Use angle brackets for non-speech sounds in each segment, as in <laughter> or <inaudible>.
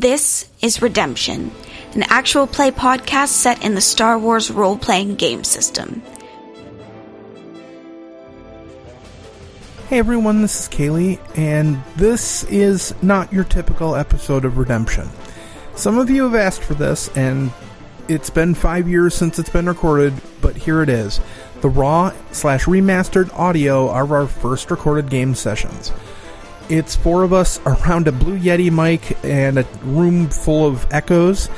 This is Redemption, an actual play podcast set in the Star Wars role playing game system. Hey everyone, this is Kaylee, and this is not your typical episode of Redemption. Some of you have asked for this, and it's been five years since it's been recorded, but here it is the raw slash remastered audio of our first recorded game sessions. It's four of us around a Blue Yeti mic and a room full of echoes,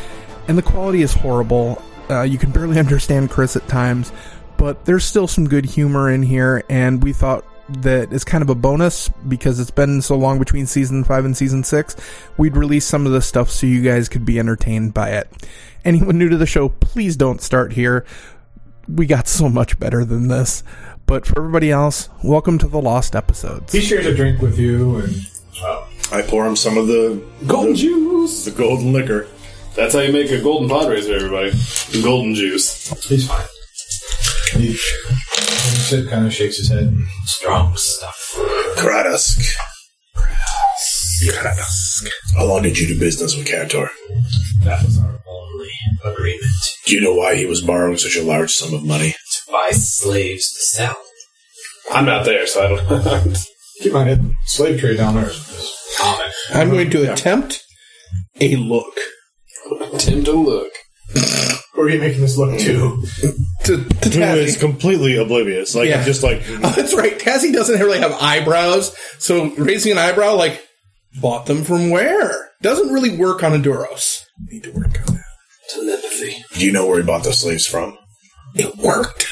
and the quality is horrible. Uh, you can barely <laughs> understand Chris at times, but there's still some good humor in here, and we thought that is kind of a bonus because it's been so long between season 5 and season 6 we'd release some of this stuff so you guys could be entertained by it anyone new to the show please don't start here we got so much better than this but for everybody else welcome to the lost episodes He shares a drink with you, and I pour him some of the Golden the, juice. the golden liquor. That's how you make a golden pod racer, everybody. Golden juice. he's fine. He, Sid kind of shakes his head. Strong stuff. Kradask. Kradask. How long did you do business with Cantor? That was our only agreement Do you know why he was borrowing such a large sum of money? to buy slaves to sell. I'm not there, so I don't. <laughs> Keep on it. Slave trade down there is common. I'm going to attempt a look Tim to look. Who are you making this look to? to, to Who is Tassie. completely oblivious? Like Yeah. just like Uh, Oh, <laughs> that's right. Tassie doesn't really have eyebrows, so raising an eyebrow, like, bought them from where? Doesn't really work on a Duros. need to work on that. Telepathy. Do you know where he bought the slaves from? It worked.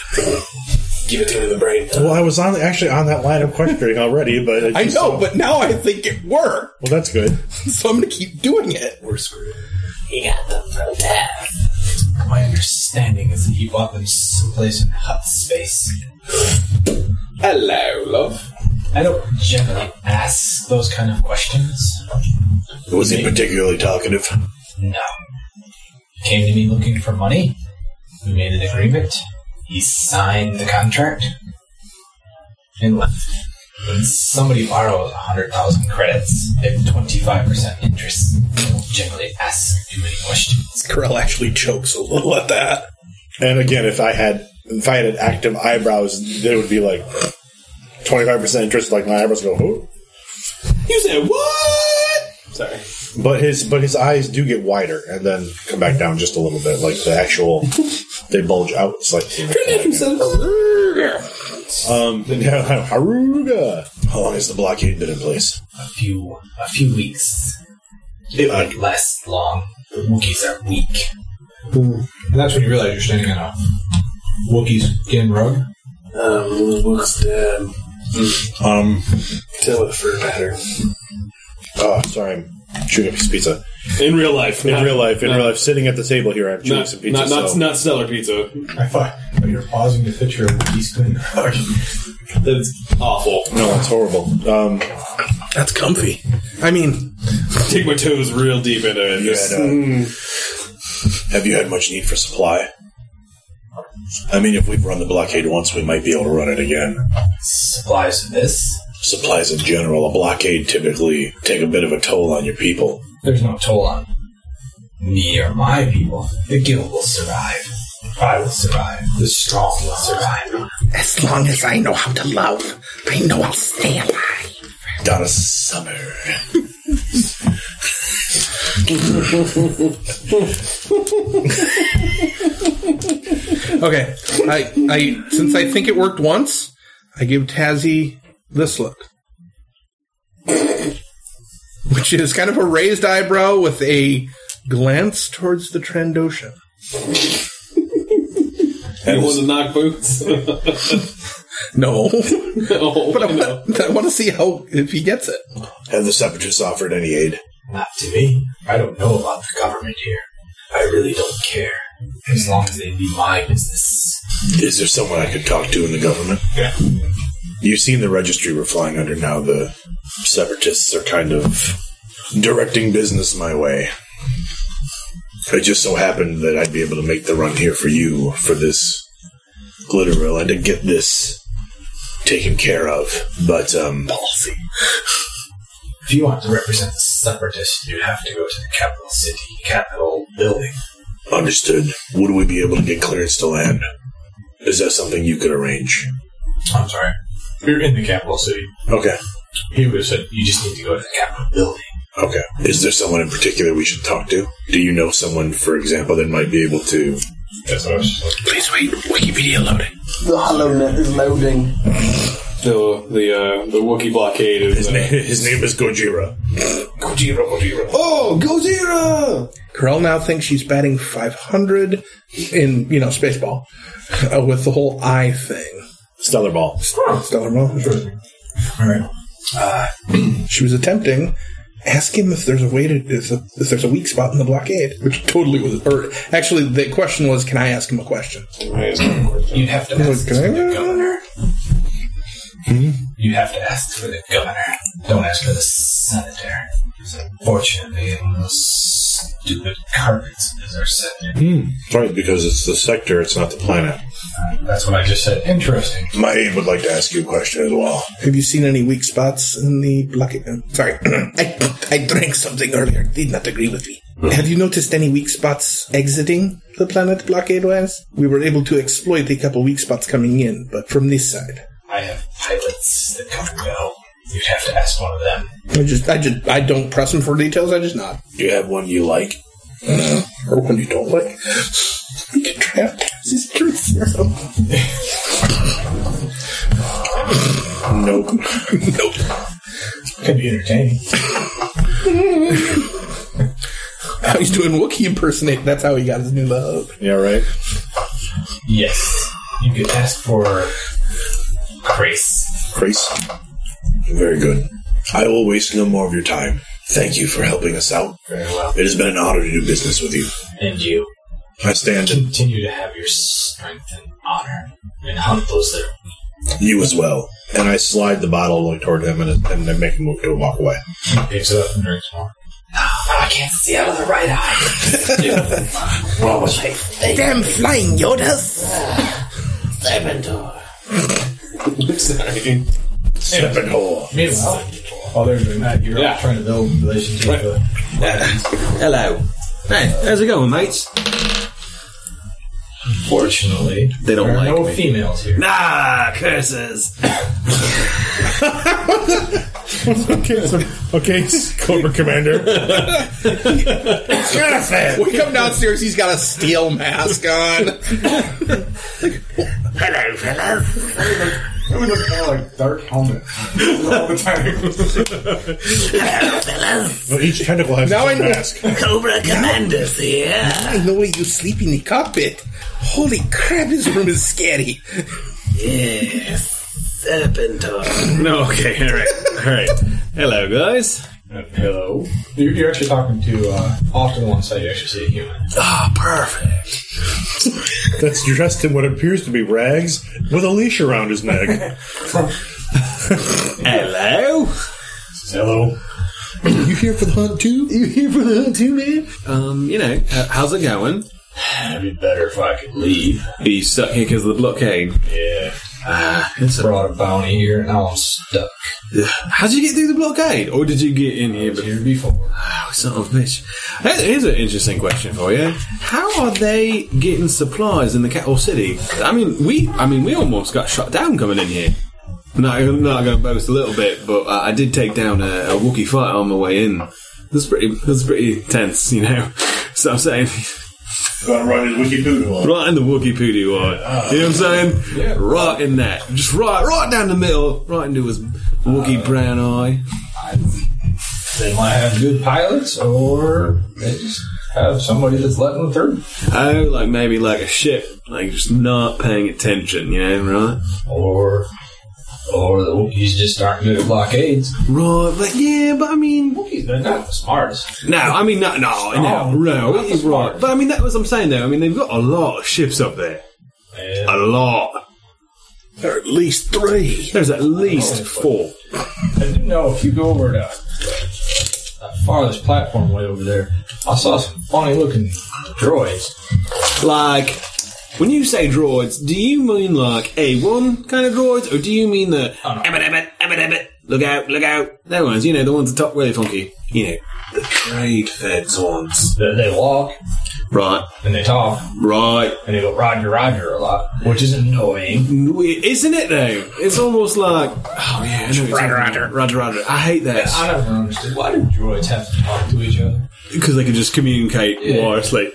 Give it to me in the brain. Well, I was on actually on that line of questioning already, but I know, but now I think it worked, <laughs> well, that's good. so I'm going to keep doing it. We're screwed. He got them from death. My understanding is that he bought them someplace in hut space. Hello, love. I don't generally ask those kind of questions. Was he particularly talkative? No. Came to me looking for money. We made an agreement. He signed the contract and left. When somebody borrows 100,000 credits, they have 25% interest. They don't generally ask too many questions. Krill actually chokes a little at that. And again, if I had if I had an active eyebrows, there would be like twenty five percent interest. Like my eyebrows go. Oh. You said, what? Sorry. But his but his eyes do get wider and then come back down just a little bit. Like the <laughs> actual they bulge out slightly. <laughs> um, <laughs> yeah, Haruga. How long has the blockade been in place? A few, a few weeks. It won't last long. The Wookiees are weak. And that's when you realize you're standing on a Wookiee's skin rug. Um, what's the Um, tell it for a pattern? oh, sorry, I'm chewing a piece of pizza. In real life. In not, real life, in not- real life, sitting at the table here, I'm chewing Not, some pizza. not, not, so- not stellar pizza. I thought but you're pausing to picture a Wookiee's skin <laughs> rug. That's awful. no, it's horrible. Um, That's comfy. I mean, Take my toes real deep into it. You Just- had, uh, Have you had much need for supply? I mean, if we've run the blockade once, we might be able to run it again. Supplies of this. Supplies in general, a blockade typically take a bit of a toll on your people. There's no toll on me or my people. The guild will survive. I will survive. The strong will survive. as long as I know how to love, I know I'll stay alive. Donna Summer. Okay. I, I since I think it worked once, I give Tazzy this look. Which is kind of a raised eyebrow with a glance towards the Trandoshan. You want to knock boots? No. <laughs> no. but I want, I want to see how if he gets it. Have the separatists offered any aid? Not to me. I don't know about the government here. I really don't care. As long as they be my business. Is there someone I could talk to in the government? Yeah. You've seen the registry we're flying under now. The separatists are kind of directing business my way. It just so happened that I'd be able to make the run here for you for this glitter reel and to get this taken care of. But um, policy. If you want to represent the separatists, you have to go to the capital city, capital building. Understood. Would we be able to get clearance to land? Is that something you could arrange? I'm sorry. You're in the capital city. Okay. He would have said, you just need to go to the capital building. Okay. Is there someone in particular we should talk to? Do you know someone, for example, that might be able to? That's what I was just looking Please wait. Wikipedia loading. The hollow net is loading. The the uh, the Wookiee blockade is His, uh, name, his name is Gojira. Gojira, Gojira. Oh, Gojira! Corell now thinks she's batting 500 in, you know, Spaceball <laughs> uh, with the whole eye thing. Stellar Ball. Stellar Ball. All right. She was attempting. Ask him if there's a way to if, a, if there's a weak spot in the blockade, which totally was. Or actually, the question was, can I ask him a question? You'd have to ask Okay. for the governor. Hmm? You have to ask for the governor. Don't ask for the senator. Unfortunately, one of those stupid carpets is our senator. Right, because it's the sector, it's not the planet. Um, That's what I just said. Interesting. My aide would like to ask you a question as well. Have you seen any weak spots in the blockade? uh, Sorry, <clears throat> I I drank something earlier. Did not agree with me. Have you noticed any weak spots exiting the planet blockade wise? We were able to exploit a couple weak spots coming in, but from this side, I have pilots that come and go. You'd have to ask one of them. I just I just I don't press him for details. I just nod. Do you have one you like? Uh, Or one you don't like. We can try out Taz's truth serum. <laughs> Nope. <laughs> nope. Could be entertaining. <laughs> He's doing Wookiee impersonate. That's how he got his new love. Yeah, right? Yes. You could ask for grace. Grace? Very good. I will waste no more of your time. Thank you for helping us out. Very well. It has been an honor to do business with you. And you I stand. continue to have your strength and honor and hunt those that are weak. You as well. And I slide the bottle like toward him and, and I make a move to walk away. picks it up and drinks more. Oh, I can't see out of the right eye. What was my Damn flying Yodas! Sabendor? Seven hole. Meanwhile, while they're doing that, you're Yeah. trying to build relationships with Hello. Hey, how's it going, mates? Fortunately, They don't there are like no me. females here. Ah, curses. Okay, Cobra <laughs> Commander. <laughs> We come downstairs, he's got a steel mask on. Hello, fellas. We look kind of like dark helmet all the time. Hello, fellas. But each tentacle has Now I its own know. mask. Cobra Commander's here. I know where you sleep in the cockpit. Holy crap, this room is scary. Yes. Serpentor. no okay all right all right hello guys Hello. You're, you're actually talking to uh, off to the one side. You actually see a human. Ah, perfect. That's dressed in what appears to be rags with a leash around his neck. Hello. Hello. You here for the hunt too? You here for the hunt too, man? Um, you know, uh, how's it going? It'd be better if I could leave. Are you stuck here because of the blockade? Yeah. Ah, it's a, Brought a bounty here, and now I'm stuck. how'd you get through the blockade, or did you get in here? It was here before. Oh, son of a bitch. Here- Here's an interesting question for you. How are they getting supplies in the capital city? I mean, we, I mean, we almost got shut down coming in here. Not, I'm not going to boast a little bit, but I, I did take down a, a Wookiee fight on my way in. That's pretty, that's pretty tense, you know. <laughs> So I'm saying, Gotta run his wiki doodle on. right in the Wookiee poodoo on. You know what I'm saying? Right in that. Just right, right down the middle, right into his Wookiee brown eye. They want to have good pilots, or they just have somebody that's letting them through. Oh, like maybe like a ship, like just not paying attention, you know, right? or or the Wookiees just aren't good at blockades. Right, but yeah, but I mean, Wookiees, they're not the smartest. no, I mean, no, no, Oh. no, no, That's that's smart. right. But I mean, that was what I'm saying though. I mean, they've got a lot of ships up there, a Yeah. lot. There are at least three. There's at least Oh, four. I do know if you go over to that farthest platform way over there, I saw some funny looking droids. Like, when you say droids, do you mean like A1 kind of droids, or do you mean the Oh, no. ebbit, ebbit, ebbit, ebbit, Look out, look out. They're ones, you know, the ones at the top really funky. You know, the trade feds ones. They, they walk Right, and they talk right. and they go Roger, Roger a lot, which is annoying. Isn't it though? It's almost like, oh yeah, I know Roger, Roger, Roger, Roger. I hate that. I don't understand why do droids have to talk to each other? because they can just communicate wirelessly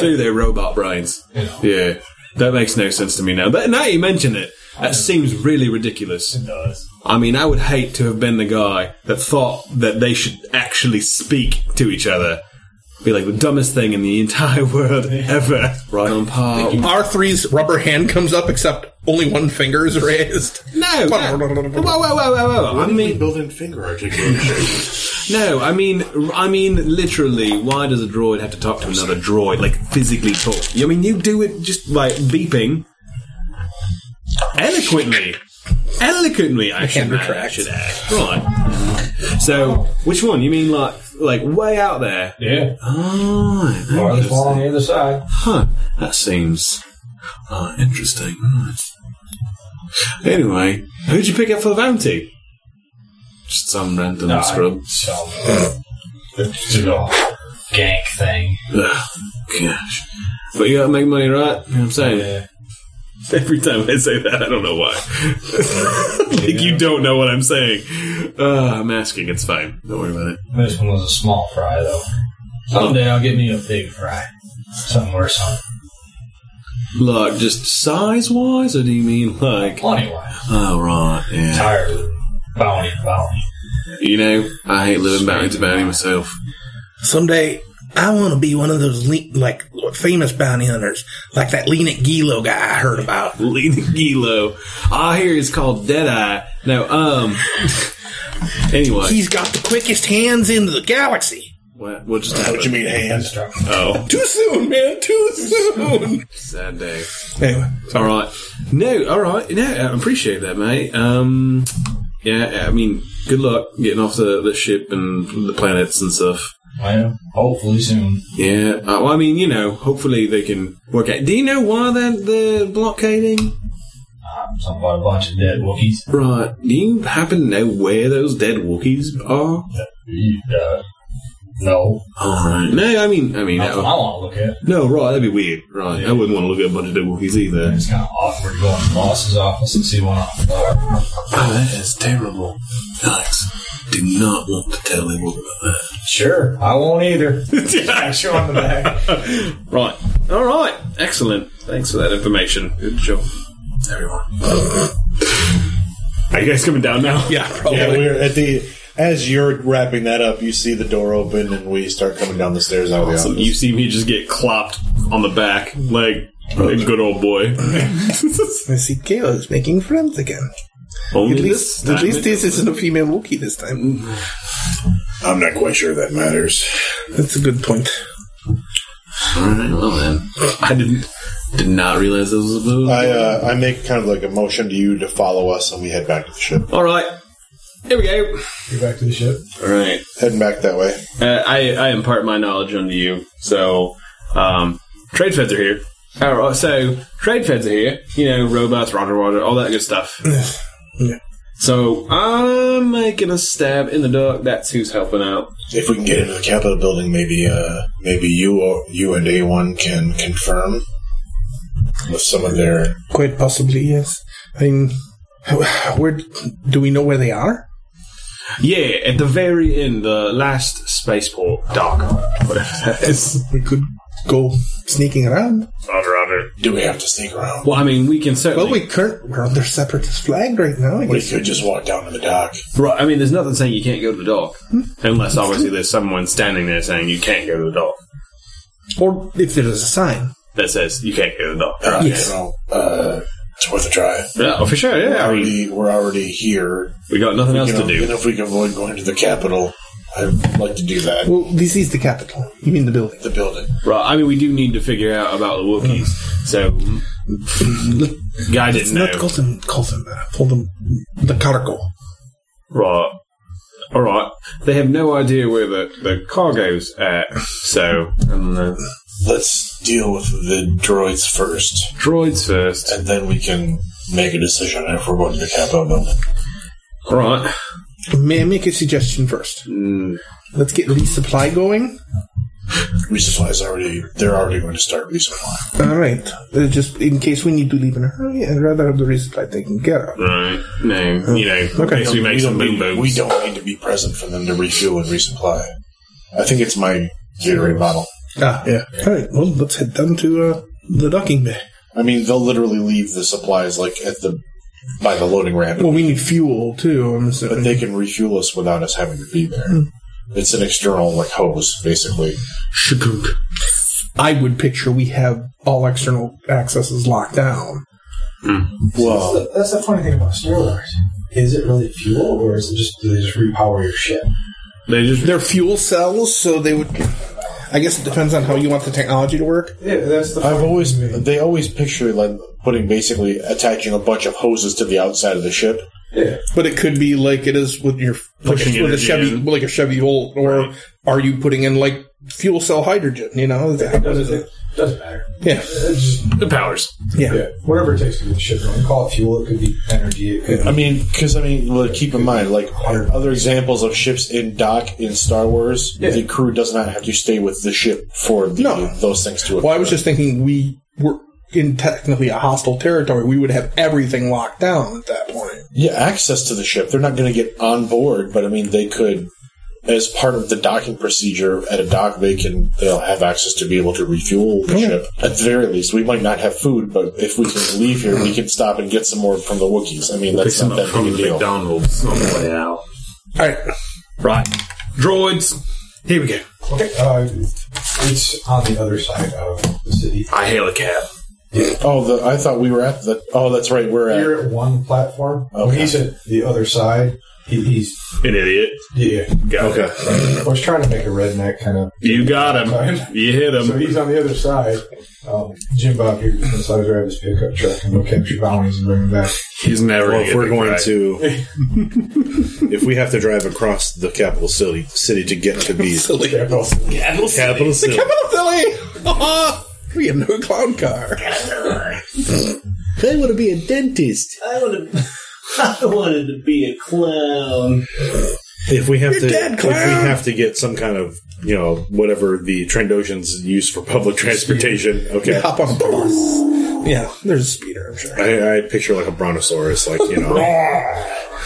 through their robot brains. Yeah. Yeah, that makes no sense to me now. But now you mention it, that seems really ridiculous. It does. I mean, I would hate to have been the guy that thought that they should actually speak to each other. Be like the dumbest thing in the <laughs> entire world ever. Right on par. R3's rubber hand comes up, except only one finger is raised. No, no. Whoa, whoa, whoa, whoa, whoa, whoa. I mean, build in finger articulation. <laughs> No, I mean, I mean, literally. Why does a droid have to talk to another droid, like physically talk? I mean, you do it just by beeping eloquently, eloquently. I should, add, I should add. Right. So, which one? You mean like, like way out there? Yeah. Oh, Or they fall on interesting. the other side. Huh. That seems uh, interesting. Right. Anyway, who'd you pick up for the bounty? Just some random No, scrub. So, it's a little gank thing. Ugh, gosh. But you gotta make money, right? You know what I'm saying? Every time I say that, I don't know why. <laughs> like, you don't know what I'm saying. Uh, I'm asking, it's fine. Don't worry about it. This one was a small fry, though. Someday I'll get me a big fry. Something worse on Like, just size wise, or do you mean like. plenty wise. Oh, right, yeah. Tired of bounty to bounty. You know, I hate living bounty to bounty myself. Someday, I want to be one of those le- like famous bounty hunters, like that Lenit Gilo guy I heard about. Lena Gilo. I hear he's called Deadeye. No, um. anyway. He's got the quickest hands in the galaxy. what, what just what you happened? mean, hands? Oh, Too soon, man. Too soon. sad day. anyway, All right. No, all right. No, I appreciate that, mate. Um, yeah, I mean, good luck getting off the, the ship and the planets and stuff. Well, hopefully soon. Yeah. Uh, well, I mean, you know, hopefully they can work out. Do you know why they're, they're blockading? I'm talking about a bunch of dead Wookiees. Right. Do you happen to know where those dead Wookiees are? Uh, no. All right. No, I mean, I mean, uh, That's that what would- I want to look at. no, right. That'd be weird. Right. I wouldn't want to look at a bunch of dead Wookiees either. It's kind of awkward going to the boss's office and see one on the floor. Oh, that is terrible. Alex did not <laughs> want to tell anyone about that. Sure, I won't e- either. I show on the back. <laughs> Right. All right. Excellent. Thanks for that information. Good job, everyone. Are you guys coming down now? yeah, probably. Yeah, we're at the. As you're wrapping that up, you see the door open and we start coming down the stairs out of the So office. you see me just get clopped on the back, like a good old boy. <laughs> I see Galo's making friends again. Only At least, this at time least it- this isn't a female Wookiee this time. I'm not quite sure that matters. That's a good point. All right, well then, I didn't did not realize this was a move. I uh, I make kind of like a motion to you to follow us, and we head back to the ship. All right. Here we go. Get back to the ship. All right. Heading back that way. Uh, I, I impart my knowledge onto you. So, um, trade feds are here. All right, so, trade feds are here. You know, robots, roger, roger, all that good stuff. Yeah. So, I'm making a stab in the dark. That's who's helping out. If we can get into the Capitol building, maybe uh, maybe you or, you and A one can confirm with some of their. Quite possibly, yes. I mean, where do we know where they are? Yeah, at the very end, the last spaceport, dark, whatever that is. We could go sneaking around. Roger, roger. Do we have to sneak around? Well, I mean, we can certainly. Well, we current we're under separatist flag right now. I We guess. could just walk down to the dock. Right, I mean, there's nothing saying you can't go to the dock. Hmm? Unless, obviously, there's someone standing there saying you can't go to the dock. Or if there's a sign. That says you can't go to the dock. All right, Yes. you know, uh, it's worth a try. Yeah, oh, for sure. Yeah, I mean, Already, we're already here. we got nothing else You know, to do. and if we can avoid going to the Capitol, I'd like to do that. Well, this is the capital. You mean the building? The building. Right. I mean, we do need to figure out about the Wookiees. So, guy didn't know. Not call them, call them, uh, call them the cargo. Right. All right. They have no idea where the, the cargo's at. So, um, the Let's deal with the droids first, droids first. and then we can make a decision if we're going to the Capitol building. All right. May I make a suggestion first? Mm. Let's get resupply going. Resupply is already. They're already going to start resupply. All right. Uh, just in case we need to leave in a hurry, I'd rather have the resupply taken care of. Right. No, you know, Okay. okay. we make some boom booms. We don't need to be present for them to refuel and resupply. I think it's my Gatorade bottle. Ah, yeah. All right. Well, let's head down to uh, the docking bay. I mean, they'll literally leave the supplies like at the by the loading ramp, Well, we need fuel too. I'm assuming. but they can refuel us without us having to be there. It's an external like hose, basically. Shagook. I would picture we have all external accesses locked down. Well, That's the, that's the funny thing about Star Wars. Is it really fuel, or is it just do they just repower your ship? They just They're fuel cells, so they would. I guess it depends on how you want the technology to work. Yeah, that's the. I've always they always picture like putting basically attaching a bunch of hoses to the outside of the ship. yeah. But it could be like it is with your like Pushing a, with a energy Chevy, in. like a Chevy Volt, or Right. are you putting in like fuel cell hydrogen? You know, Does it, doesn't matter. yeah, It's just, the powers. yeah. yeah, whatever it takes to get the ship going. Call it fuel. It could be energy. It could I mean, because I mean, well, keep in mind like other examples of ships in dock in Star Wars, the crew does not have to stay with the ship for the, No. those things to. Well, I occur. was just thinking we were in technically a hostile territory. We would have everything locked down at that point. yeah access to the ship. They're not going to get on board, but I mean, they could. As part of the docking procedure at a dock, they can they'll have access to be able to refuel the ship. At the very least, we might not have food, but if we can leave here, we can stop and get some more from the Wookiees. I mean, Pick that's some not up that from big a the deal. McDonald's on the way out. All right, Right. Droids. Here we go. Okay, uh, it's on the other side of the city. I hail a cab. Oh, the, I thought we were at the. Oh, that's right. We're at. You're at one platform. When Okay. he said the other side, he, he's An idiot. yeah. Go. okay. I was trying to make a redneck kind of. You got him. You hit him. So he's on the other side. Um, Jim Bob here just decides to drive his pickup truck and go capture bounties and bring them back. He's never. Well, gonna if get we're the going crack. to, <laughs> if we have to drive across the capital city city to get to these silly. capital city, capital city. Capital silly. <laughs> we have no clown car. I want to be a dentist. I wanted, I wanted to be a clown. If we have to, dead, if we clown. have to get some kind of you know whatever the Trandoshans use for public <laughs> transportation. Okay, Hop on a bus. Yeah, there's a speeder. I'm sure. I, I picture like a brontosaurus, like <laughs> you know.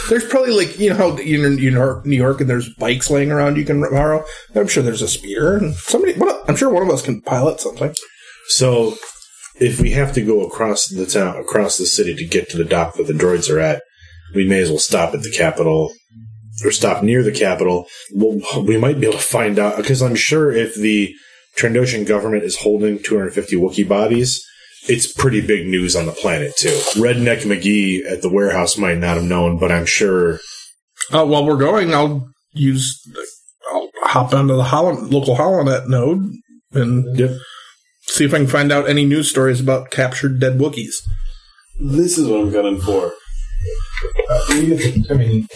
There's probably like you know how you're in New York, New York, and there's bikes laying around you can borrow. I'm sure there's a speeder. And somebody, one of- I'm sure one of us can pilot something. So, if we have to go across the town, across the city to get to the dock that the droids are at, we may as well stop at the capital or stop near the capital. Well, we might be able to find out because I'm sure if the Trandoshan government is holding 250 Wookiee bodies, it's pretty big news on the planet too. Redneck McGee at the warehouse might not have known, but I'm sure Uh, while we're going, I'll use. I'll hop onto the Holland, local Holonet node and see if I can find out any news stories about captured dead Wookiees. This is what I'm gunning for. Uh, you get the, I mean,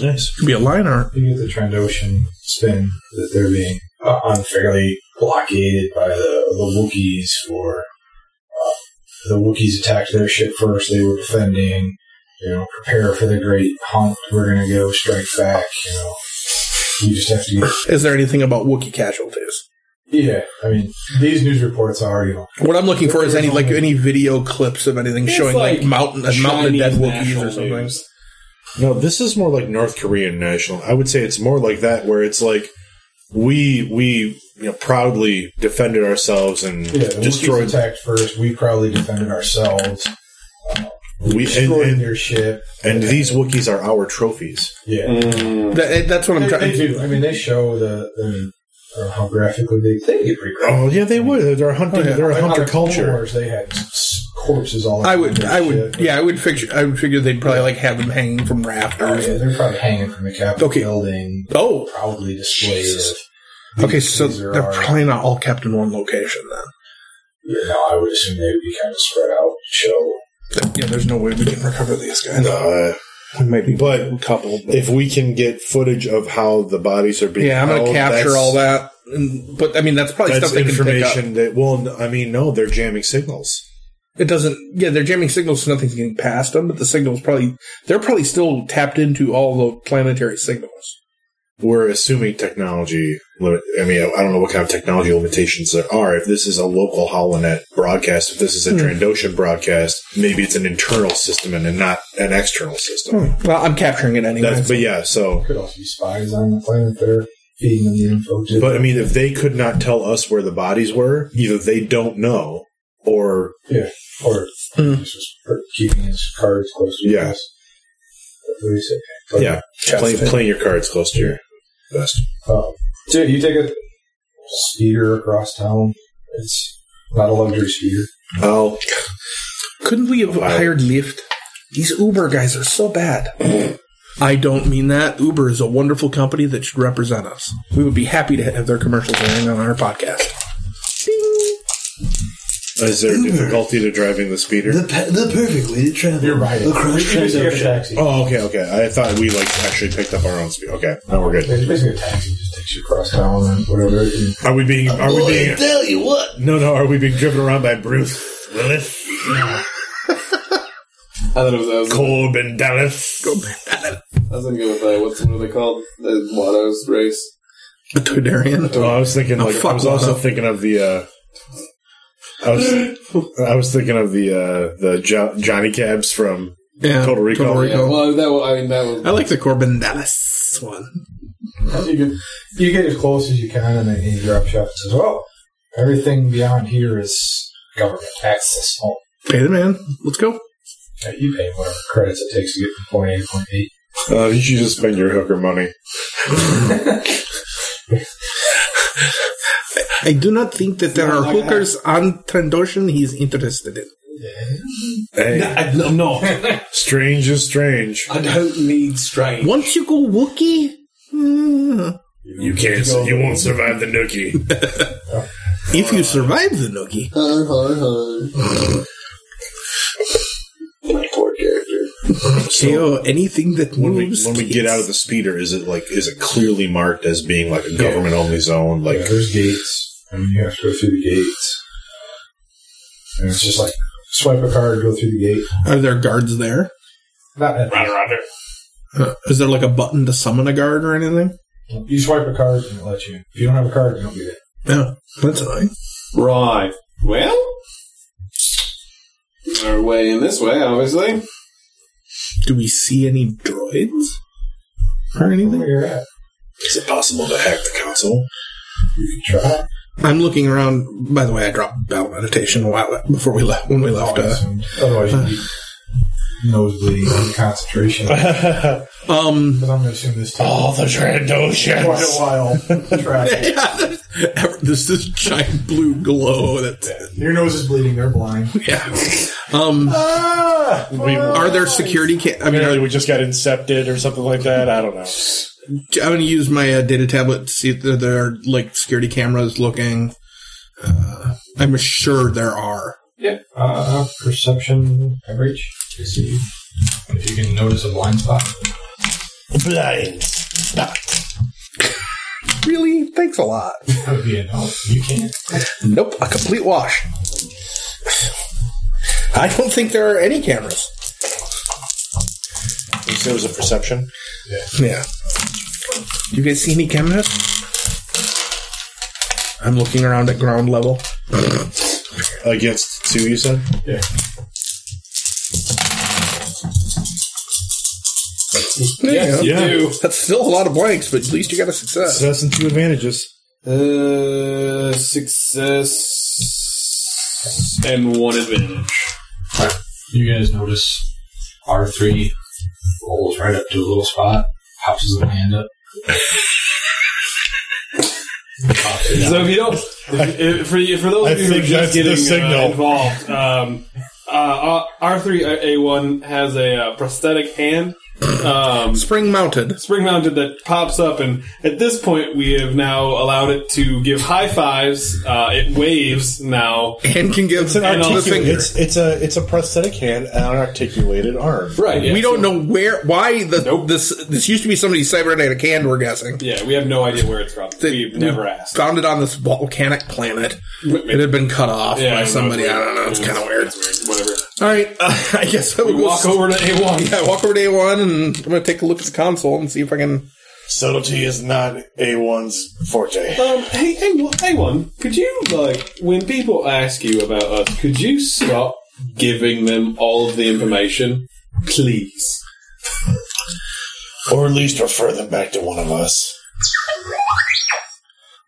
Could be a line art. you get the Trandoshan spin that they're being uh, unfairly blockaded by the the Wookiees for uh, the Wookiees attacked their ship first. They were defending. You know, prepare for the great hunt. We're gonna go strike back. You know, you just have to get. Is there anything about Wookiee casualties? Yeah, I mean, these news reports are you know What I'm looking for is any like any video clips of anything showing like, mountain a mountain of dead Wookiees or something. No, this is more like North Korean national. I would say it's more like that, where it's like we we you know, proudly defended ourselves and Yeah, the destroyed. Wookiees attacked first. We probably defended ourselves. We and, Destroyed and, their ship. and these Wookiees are our trophies. Yeah, Mm. That, that's what I'm they, trying. they do. I mean, they show the, the I don't know how graphically they they get pretty graphic. Oh yeah, they would. They're hunting. Oh, yeah. They're a Like on hunter the Clone culture. Wars, they had s- corpses all. I over would, their I would, ship. yeah, I would figure, I would figure they'd probably like have them hanging from Oh, rafters. yeah, they're probably hanging from the Capitol Okay. building. Oh, Probably displays. of- okay, so these are they're our- probably not all kept in one location then. Yeah, no, I would assume they would be kind of spread out. Show. Yeah, there's no way we can recover these guys. Uh, we might be but coupled. if we can get footage of how the bodies are being, yeah, I'm gonna held, capture that's- all that. And, but I mean, that's probably That's stuff they can pick up. information that. Well, I mean, no, they're jamming signals. It doesn't. Yeah, they're jamming signals, so nothing's getting past them. But the signals probably they're probably still tapped into all the planetary signals. We're assuming technology. Limit, I mean, I I don't know what kind of technology limitations there are. If this is a local Holonet broadcast, if this is a Hmm. Trandoshan broadcast, maybe it's an internal system and not an external system. Well, I'm capturing it anyway. Hmm. That's, but yeah, so Could also be spies on the planet that are feeding them the info. Too. But I mean, if they could not tell us where the bodies were, either they don't know or yeah, or Hmm. just was per- keeping his cards close to his Yeah. vest. That's what he said. But- yeah, play, playing your cards close to your vest. Um, dude, you take a speeder across town. It's not a luxury speeder. Oh, Couldn't we have hired Lyft? These Uber guys are so bad. <clears throat> I don't mean that. Uber is a wonderful company that should represent us. We would be happy to have their commercials airing on our podcast. Is there difficulty to driving the speeder? The, pe- the perfect way to travel. You're right. Across Trandoshan. Oh, okay, okay. I thought we like actually picked up our own speeder. Okay, now we're good. It's basically a taxi. Just takes you across town and whatever. And Are we being? Are we Boy, I being? tell you what. No, no. Are we being driven around by Bruce Willis, I thought it was. I was, Corbin Dallas? I was gonna go with that. What's what are they called? The Watto's race. The Toydarian. Oh, I was thinking Oh, like I fuck, was also Waldo. thinking of the. uh I was I was thinking of the uh the jo- Johnny Cabs from Yeah, Total Recall. Yeah, well, that wa- I mean that was. I like the Corbin Dallas one. you get you get as close as you can, and then he drops you off and says, "Well, everything beyond here is government access only. Pay the man. Let's go. Now, You pay whatever credits it takes to get from point A to point B." Uh, you should just spend your hooker money. I do not think that there are hookers on Trandoshan he's interested in. Hey, no, no, strange is strange. I don't need strange. Once you go Wookiee, mm, You can't. You won't survive the nookie. if you survive the Nookie, Uh, Hi, hi, hi. My poor character. KO anything that <laughs> When we moves. when we get out of the speeder, is it like is it clearly marked as being like a government only zone? Like Yeah, there's gates, and you have to go through the gates. And it's just like swipe a card, go through the gate. Are there guards there? Not at Uh, is there like a button to summon a guard or anything? You swipe a card and it lets you. in. If you don't have a card, you don't get it. No, that's fine. Right. Well, our way in this way, obviously. Do we see any droids or anything? Where you're at, is it possible to hack the console? you can try. I'm looking around. By the way, I dropped battle meditation a while before we left. When we left, uh, Otherwise, you'd be nosebleed and <laughs> concentration. Because um, I'm going to assume this takes the Trandoshan. quite a while. to <laughs> track. <laughs> yeah, there's, there's this giant blue glow. That's Your nose is bleeding. They're blind. yeah. Um, We, are there security? Ca- I mean, are, apparently, we just got incepted or something like that. I don't know. I'm going to use my uh, data tablet to see if there, there are like security cameras looking. Uh, I'm sure there are. Uh, perception average. See if you can notice a blind spot. Really? Thanks a lot. That would be a no. You can't. Nope, a complete wash. I don't think there are any cameras. There was a perception. Yeah. You guys see any cameras? I'm looking around at ground level. Against two, you said? Yeah. Yeah. Yeah. That's still a lot of blanks, but at least you got a success. Success and two advantages. Uh, success and one advantage. You guys notice R3 rolls right up to a little spot, pops his little hand up. Pops it So if you don't, if, if, for, for those I of you who are think just that's the getting uh, signal. involved, um, uh, R three A one has a uh, prosthetic hand um, spring mounted. Spring mounted that pops up, and at this point, we have now allowed it to give high fives. Uh, it waves now. And can give an and on the articulate- finger. it's- It's a it's a prosthetic hand and an articulated arm. Right. yeah, we don't so- know where, why the this this used to be somebody's cybernetic hand. We're guessing. Yeah, we have no idea where it's from. That We've we never asked. Found it on this volcanic planet. Maybe- It had been cut off Yeah, by I don't know, somebody. it's I weird. don't know. It's kind of weird. Whatever. All right, uh, <laughs> I guess I We will go walk st- over to A1. <laughs> Yeah, walk over to A1, and I'm going to take a look at the console and see if I can. Subtlety is not A1's forte. Um, hey, hey, one- hey, one. Could you like when people ask you about us, could you stop giving them all of the information, please? Or at least refer them back to one of us.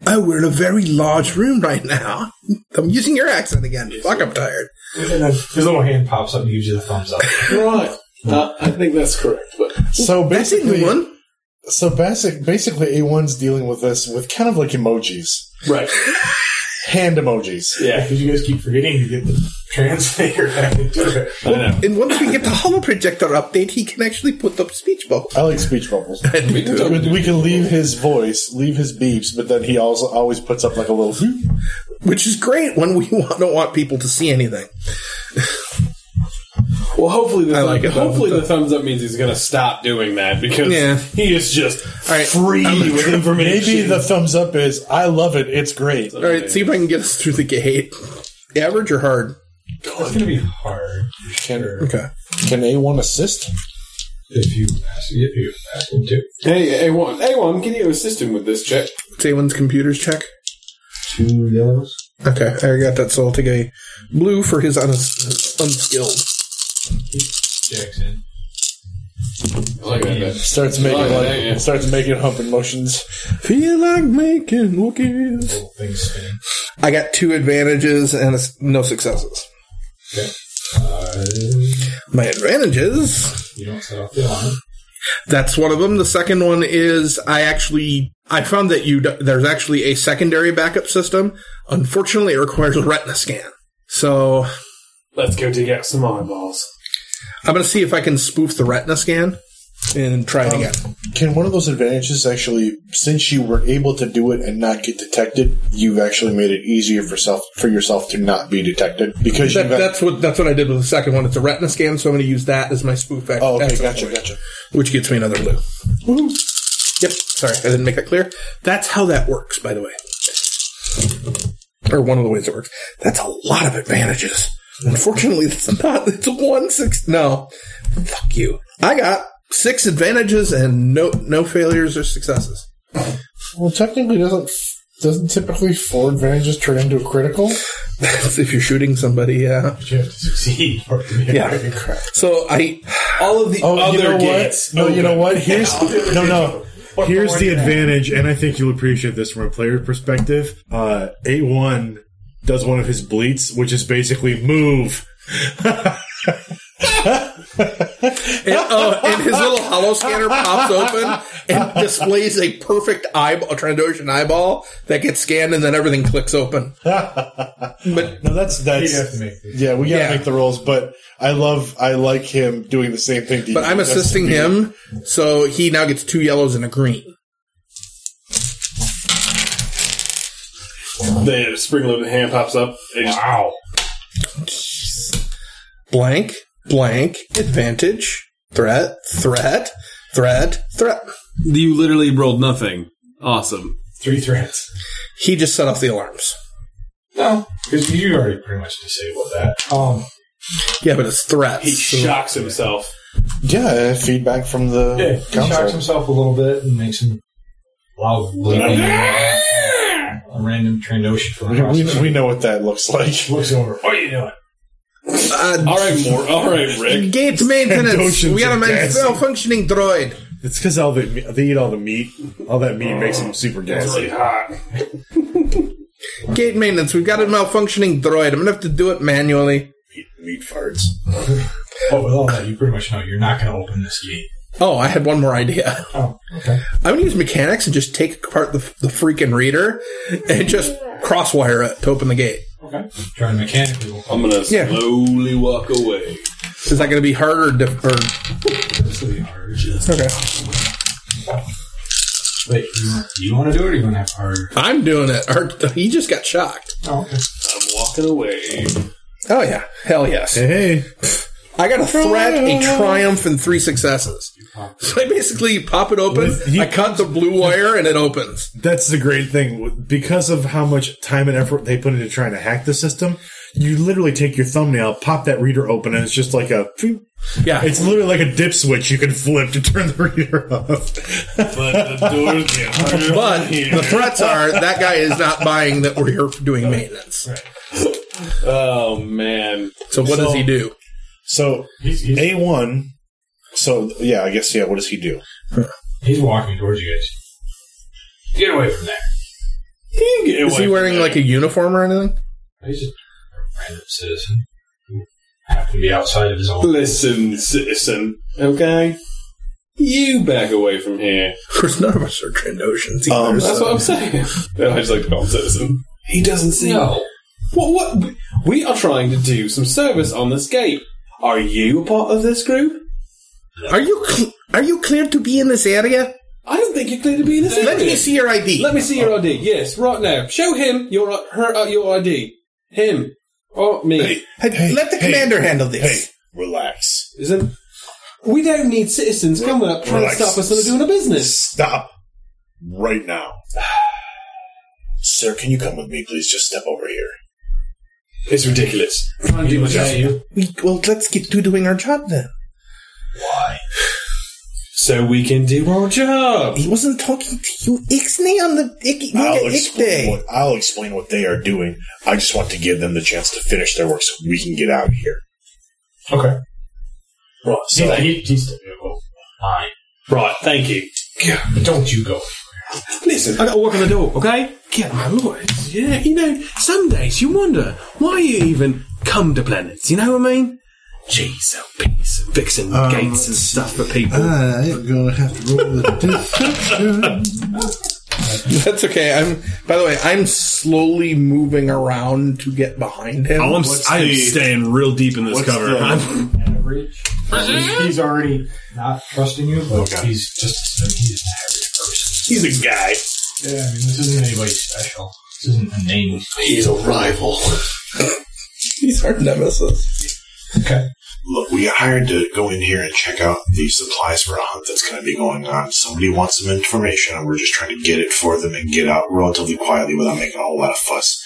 Oh, we're in a very large room right now. <laughs> I'm using your accent again. Fuck, I'm tired. And then his little hand pops up and gives you the thumbs up. Right. Uh, I think that's correct. But So That's it, basically, one. so basic, basically, A1's dealing with us with kind of like emojis, right. <laughs> hand emojis. Yeah. Because you guys keep forgetting to get the translator <laughs> back into it. I know. And once we get the holoprojector update, he can actually put up speech bubbles. I like speech <laughs> bubbles. We do. I mean, we can leave his voice, leave his beeps, but then he also always puts up like a little. "Boop." which is great when we <laughs> want, don't want people to see anything. Well, hopefully the I thumb, like it. hopefully the thumbs up means he's going to stop doing that because Yeah. he is just All right, free I'm gonna with try- information. Maybe the thumbs up is I love it. It's great. All right, see if I can get us through the gate. Average or hard? It's going to be hard. Sure. Okay. Can A1 assist? If you ask, if you ask him to. hey, A1, A1, can you assist him with this check? It's anyone's computers check. Two yellows. Okay, I got that. So I'll take a blue for his uns- unskilled. Jackson. I like that. bit. Starts making Oh, yeah, like yeah. starts making humping motions. Feel like making wookies. Little thing spinning. I got two advantages and a s no successes. Okay. Uh, My advantages. you don't set off the alarm. That's one of them. The second one is I actually I found that you d- there's actually a secondary backup system. Unfortunately, it requires a retina scan. So Let's go dig out some eyeballs. I'm going to see if I can spoof the retina scan and try it again. Can one of those advantages actually, since you were able to do it and not get detected, you've actually made it easier for self for yourself to not be detected because That, you've got- that's what that's what I did with the second one. It's a retina scan, so I'm going to use that as my spoof. Act- Oh, okay, action gotcha, point, gotcha. Which gets me another blue. Yep. Sorry, I didn't make that clear. That's how that works, by the way. Or one of the ways it works. That's a lot of advantages. Unfortunately, that's not. It's one six. No, fuck you. I got six advantages and no no failures or successes. <laughs> well, technically doesn't doesn't typically four advantages turn into a critical? That's if you're shooting somebody. Yeah. But you have to <laughs> succeed. Or to be Yeah. a crack. So I all of the Oh, you Other know what? gates No, you know what? <laughs> Here's no, no. Here's the advantage, and I think you'll appreciate this from a player perspective. Uh, A1 does one of his bleats, which is basically move. And, oh, and his little hollow scanner pops open and displays a perfect eyeball, a Trandoshan eyeball that gets scanned, and then everything clicks open. But No, that's You that's have to make this. yeah. We gotta Yeah. make the rolls, but I love I like him doing the same thing. To but you. I'm That's assisting weird. him, so he now gets two yellows and a green. The spring loaded hand pops up. It just- Wow. Blank, blank, advantage, threat, threat, threat, threat. You literally rolled nothing. Awesome. Three threats. He just set off the alarms. No. Because you already pretty much disabled that. Um, Yeah, but it's threats. He so- shocks himself. Yeah, feedback from the yeah, he shocks council. himself a little bit and makes him loud bleeding. a random Trandoshan <laughs> from across We, the we know what that looks like. looks over. What are you doing? Uh, All right, more. All <laughs> right, Rick. Gates maintenance. Trandoshan's We got a a man- gas. malfunctioning droid. It's because all the they eat all the meat. All that meat makes them super gassy. Gate maintenance. We've got a malfunctioning droid. I'm gonna have to do it manually. Meat farts. Oh, with all that, you pretty much know you're not going to open this gate. Oh, I had one more idea. Oh, okay. I'm gonna use mechanics and just take apart the, the freaking reader and just crosswire it to open the gate. Okay. Trying to mechanically open I'm gonna Yeah. slowly walk away. Is that gonna be hard or, diff- or this Okay. Wait, you want, you want to do it or you want to have hard? I'm doing <laughs> it. Or- He just got shocked. Oh, okay. I'm walking away. Oh yeah, hell yes. Hey, hey. I got a threat, a triumph, and three successes. So I basically pop it open. I cut the blue wire, and it opens. That's the great thing. Because of how much time and effort they put into trying to hack the system, you literally take your thumbnail, pop that reader open, and it's just like a. Yeah. It's literally like a dip switch you can flip to turn the <laughs> reader off. But uh, <laughs> the door's But the threats are that guy is not buying that we're here for doing maintenance. Oh man. So what does he do? So A one. So yeah, I guess yeah. What does he do? He's walking towards you guys. Get away from there. He get Is he away from wearing there. like a uniform or anything? He's just a random citizen who happened to be outside of his own. Listen, citizen. Okay. You back away from here. Of course, none of us are Trandoshan's either. Um, That's so- what I'm saying. No, I just like to call him citizen. He doesn't seem. No. What? What? We are trying to do some service on this gate. Are you a part of this group? are you cl- are you cleared to be in this area? I don't think you're clear to be in this Let area. me see your ID. Let me see your ID. Yes, right now. Show him your her uh, your ID. Him or me. Hey, Let the commander handle this. Relax. Isn't we don't need citizens coming up trying Relax. to stop us from doing a business. Stop right now, <sighs> sir. Can you come with me, please? Just step over here. It's ridiculous. Trying to do what's right for you. We, well, let's get to doing our job then. So we can do our job. He wasn't talking to you. Ixnay on the icky I'll nigga ick explain, day. what, I'll explain what they are doing. I just want to give them the chance to finish their work so we can get out of here. Okay. Well, so He's like, he, he's well, fine. Right, thank you. But don't you go. Listen, I gotta walk on the door, okay? Yeah, my lord. Yeah, you know, some days you wonder why you even come to planets, you know what I mean? Jeez, oh, peace, fixing gates and stuff for people. I'm gonna have to roll the deception. That's okay. I'm. By the way, I'm slowly moving around to get behind him. Oh, I'm, What's I'm the- staying real deep in this what's cover. the- I'm- Average. He's, he's already not trusting you, but he's just he's an average person. he's a guy. Yeah, I mean, this isn't anybody special. This isn't a name. He's a rival. He's our nemesis. Okay. Look, we got hired to go in here and check out the supplies for a hunt that's going to be going on. Somebody wants some information, and we're just trying to get it for them and get out relatively quietly without making a whole lot of fuss.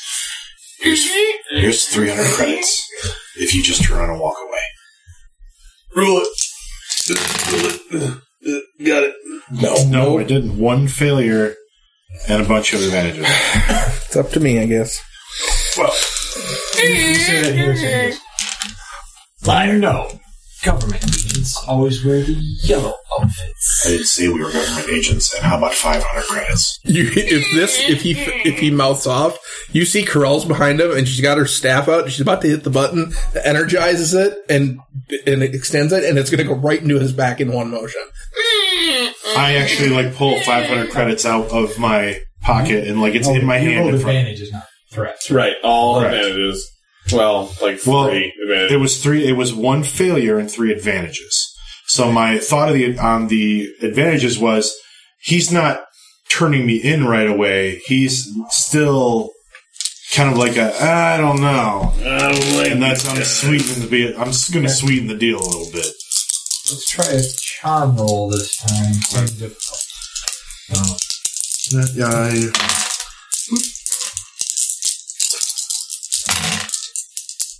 Here's, here's 300 credits if you just turn around and walk away. Rule it. Rule it. Got it. No, No, I did one failure and a bunch of advantages. It's up to me, I guess. Well, Liar. No. Government agents always wear the yellow outfits. I didn't say we were government agents, and how about 500 credits? You, if this, if he, if he mouths off, you see Corell's behind him, and she's got her staff out. and She's about to hit the button that energizes it, and and it extends it, and it's going to go right into his back in one motion. I actually like pull 500 credits out of my pocket and like it's in my You hand. rolled In front. advantage is not threats. right, all Correct. advantages. Well, like three Well, advantages. It was three. It was one failure and three advantages. So my thought of the on the advantages was he's not turning me in right away. He's still kind of like a I don't know, and that's I'm sweetening the be- I'm just going to sweeten the deal a little bit. Let's try a charm roll this time. Seems difficult. No. That guy.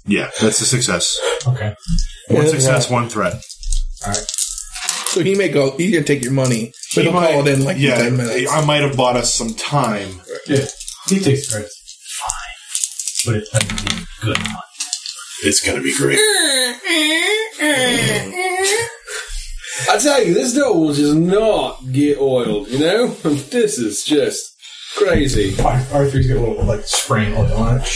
Yeah, that's a success. Okay. One Yeah, success, one threat. So he may go. He's going to take your money, but he'll call it in like yeah, ten minutes. I might have bought us some time. Yeah. He takes credits. Fine. But it's going to be good hunt. It's going to be great. I tell you, this door will just not get oiled, you know? <laughs> this is just crazy. R3's got a little, like, spraying oil on it.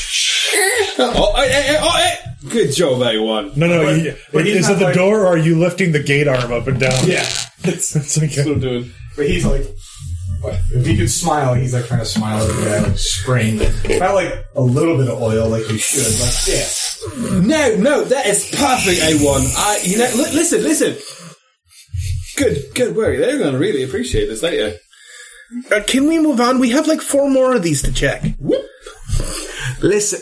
Oh, eh, eh, eh, oh, eh. Good job, A1. No, no. you, but he's is not it the like- door, or are you lifting the gate arm up and down? Yeah. it's, it's like a- I'm doing. But he's like, what? if he could smile, he's like trying to smile at the guy, like spraying it. Not like a little bit of oil, like you should. Like, yeah. No, no, that is perfect, A1. I, you know, li- listen, listen. Good, good work. They're going to really appreciate this later. Uh, can we move on? We have like four more of these to check. Listen,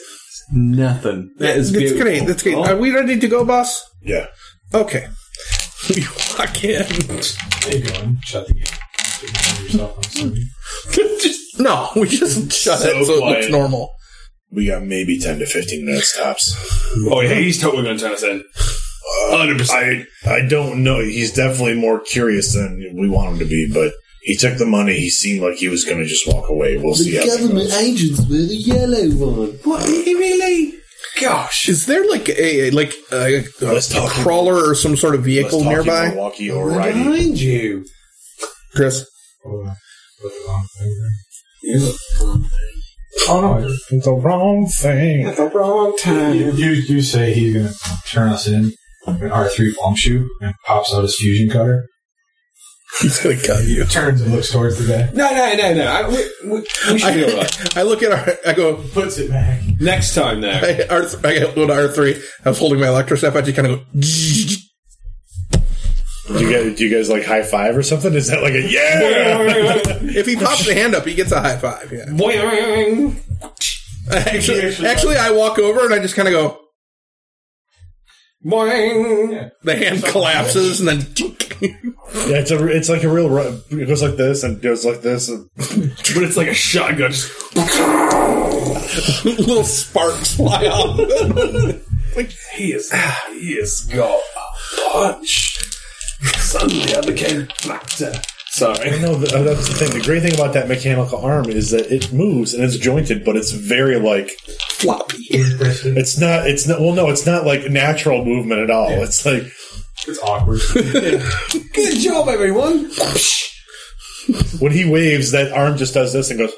nothing. That is That's beautiful. great. That's <laughs> great. Are we ready to go, boss? Yeah. Okay. We walk in. There you go. Shut the game. Just- no, we just shut it so it looks quiet. normal. We got maybe 10 to 15 minutes tops. <laughs> Oh, yeah, he's totally going to turn us in. 100%. I, I don't know. He's definitely more curious than we want him to be, but he took the money. He seemed like he was going to just walk away. We'll see The how that government goes. agents were the yellow one. What? He really? Gosh. Is there like a like a, a, Let's talk. crawler or some sort of Let's vehicle talk in nearby? Milwaukee or They're Riding. behind you. Chris, Oh no, it's the wrong thing. At the wrong You, time. you, you say he's going to turn us in, and R3 bumps you and pops out his fusion cutter. he's gonna cut you. Turns and looks towards the guy. No, no, no, no. I, we, we, we should be <laughs> <laughs> alright. I look at our. I go. Puts it back. Next time, though. I, <laughs> R, I go to R three. I was holding my electro staff. I just kind of go. <laughs> "Zzz." Do you guys, do you guys like high five or something? Is that like a yeah? If he pops the hand up, he gets a high five. Yeah. <laughs> Boing. Actually, actually, I walk over and I just kind of go. Boing. The hand collapses and then. <laughs> tink. yeah, it's a it's like a real ru- it goes like this and goes like this. And <laughs> But it's like a shotgun. little sparks fly <laughs> off. He is. He has got a punch. Suddenly I became factor. Sorry. no, the, uh, that's the thing. The great thing about that mechanical arm is that it moves and it's jointed, but it's very like floppy. it's not it's not well no it's not like natural movement at all. It's like It's awkward. Good job, everyone. when he waves, that arm just does this and goes.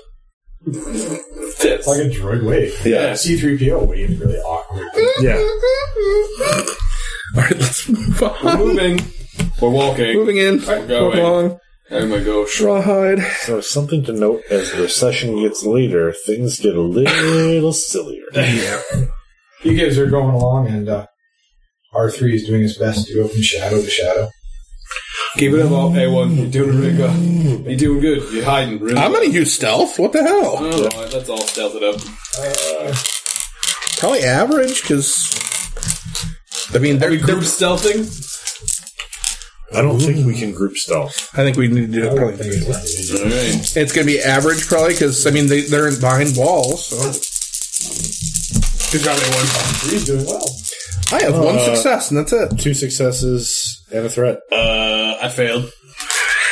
It's like a droid wave. Yeah. C3PO wave, really awkward. Yeah, All right, let's move on. Moving. We're walking. Moving in. go Walk away. along. I'm gonna go. Rawhide. so something to note as the recession gets later, things get a little sillier. You guys are going along, and uh, R3 is doing his best to go from shadow to shadow. Keep it up, A1. You're doing really Mm. good. You're doing good. You're hiding really I'm gonna use stealth. What the hell? All right, let's all stealth it up. Probably average because. I mean, they're, Group they're, stealthing? I don't think we can group stealth. I think we need to do it probably. All right. It's gonna be average probably because I mean they, they're behind walls. So He's doing well. I have one Uh, success and that's it. Two successes and a threat. Uh, I failed.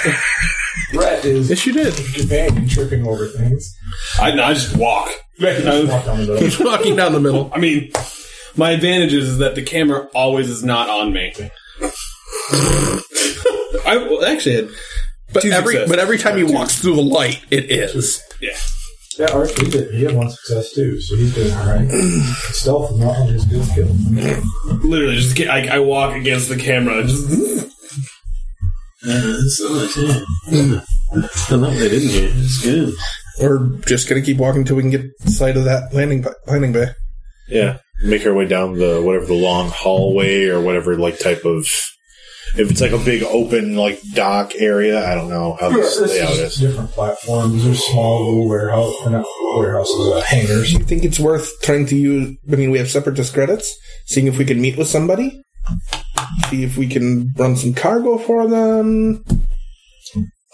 <laughs> Brett is Yes, you did. debating, tripping over things. I, I just walk. Walk I, down the road. He's walking down the middle. I mean, my advantage is, is that the camera always is not <laughs> on me. I well, actually had. But Two every successes. but every time he walks through the light, it is. Yeah. Yeah, R3 did. He had one success too, so he's doing alright. Stealth is not on his good skill. Literally, just ca- I, I walk against the camera. Just, I love that, didn't you? It's good. We're just gonna keep walking till we can get sight of that landing ba- landing bay. Yeah, <laughs> make our way down the whatever the long hallway or whatever like type of. If it's like a big open like dock area, I don't know how this layout There's is. different platforms. There's small little warehouse, or not warehouses, uh, hangars. Do you think it's worth trying to use? I mean, we have separatist credits. Seeing if we can meet with somebody, see if we can run some cargo for them.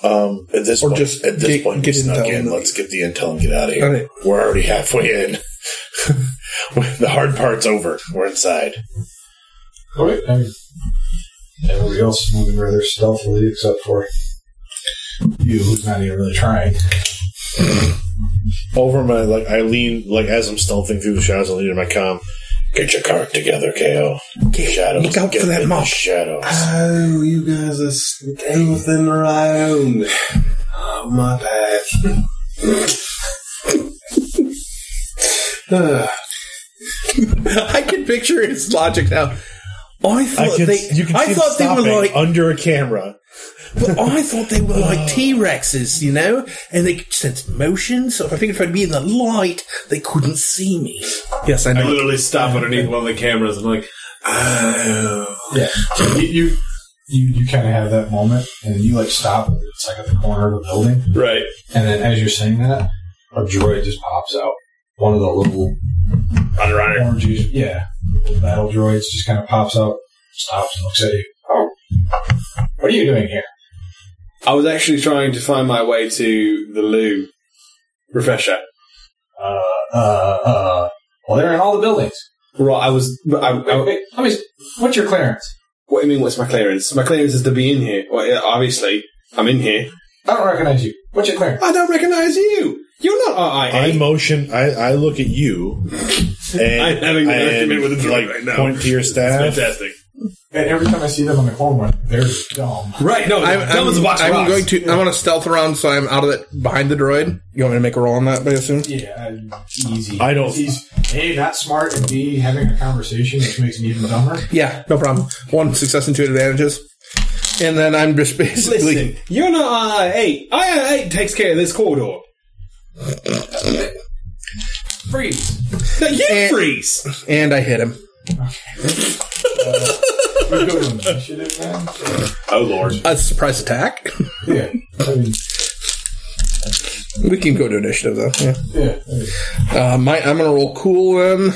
Um, at this Or point, just at this get- point, get we snuck intel. in. Let's get the intel and get out of here. Alright. We're already halfway in. <laughs> the hard part's over. We're inside. Alright. Everybody else is moving rather stealthily except for you, who's not even really trying. Over my like, I lean like as I'm stealthing through the shadows. I lean to my com. Get your cart together, Ko. Shadows. look out get for that in the mob. Shadows. Oh, you guys are stealthing around. Oh, my bad. <laughs> I can picture his logic now. I thought I can, they. you can I see thought they were like. under a camera. But I thought they were Oh. like T Rexes, you know, and they could sense motion. So I figured if I'd be in the light, they couldn't see me. Yes, I I know. literally stop underneath one of the cameras. and I'm like, Yeah. You, you you, you kind of have that moment, and you like stop. and It's like at the corner of the building, Right. and then as you're saying that, a droid just pops out. One of the little oranges, yeah, little battle droids just kind of pops out, stops, and looks at you. Oh, what are you doing here? I was actually trying to find my way to the loo refresher. Uh, uh, uh. Well, they're in all the buildings. Right, I was. I, I, Wait, let me. What's your clearance? what do you mean? What's my clearance? My clearance is to be in here. Well, yeah, obviously, I'm in here. I don't recognize you. What's your clearance? I don't recognise you. You're not I RIA. motion. I, I look at you. <laughs> And, I'm having an argument with the droid like, right now. Point to your staff. fantastic. And every time I see them on the corner, they're dumb. Right? No, I'm, dumb as a box of I'm rocks. going to. I want to stealth around, so I'm out of it behind the droid. You want me to make a roll on that? I assume. Yeah, easy. I don't- He's a not smart and b having a conversation, which makes him even dumber. Yeah, no problem. One success and two advantages, and then I'm just <laughs> basically. Listen, you're not RIA. RIA takes care of this corridor. Freeze. No, you And- freeze. And I hit him. We go to initiative then. Oh lord. A surprise <laughs> attack. Yeah. I mean, we can go to initiative though. Yeah. yeah. Uh, my, I'm gonna roll cool then,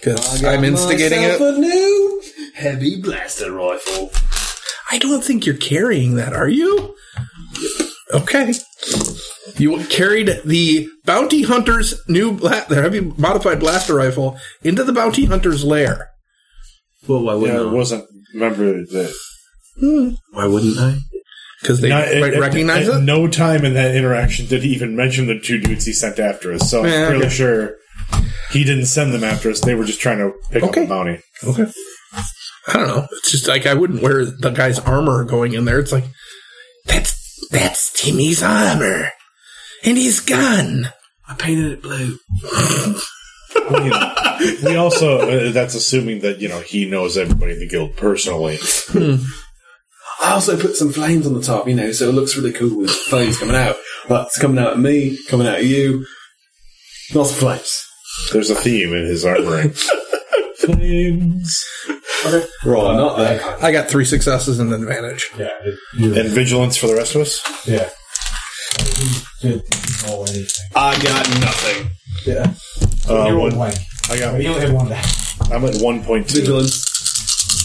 because I'm instigating it. A new heavy blaster rifle. I don't think you're carrying that, are you? Okay. You carried the bounty hunter's new bla- their heavy modified blaster rifle into the bounty hunter's lair. Well, why Yeah, wouldn't it I? wasn't. Remember that. Why wouldn't I? Because they Not- uh, might at- recognize at it. No time in that interaction did he even mention the two dudes he sent after us. So Yeah, I'm fairly okay. sure he didn't send them after us. They were just trying to pick Okay. up the bounty. okay. I don't know. It's just like I wouldn't wear the guy's armor going in there. It's like that's that's Timmy's armor. And his gun. I painted it blue. Well, you know, we also uh, that's assuming that you know he knows everybody in the guild personally. I also put some flames on the top, you know, so it looks really cool with flames coming out. Like, it's coming out at me, coming out at you. Lots of flames. There's a theme in his armoring. Right, not that. I got three successes and an advantage. Yeah. It, you, and vigilance for the rest of us. yeah. He did roll anything. I got nothing. Yeah. Uh, he rolled one, blank. I But got. he only had one die. I'm at one point two. Vigilance.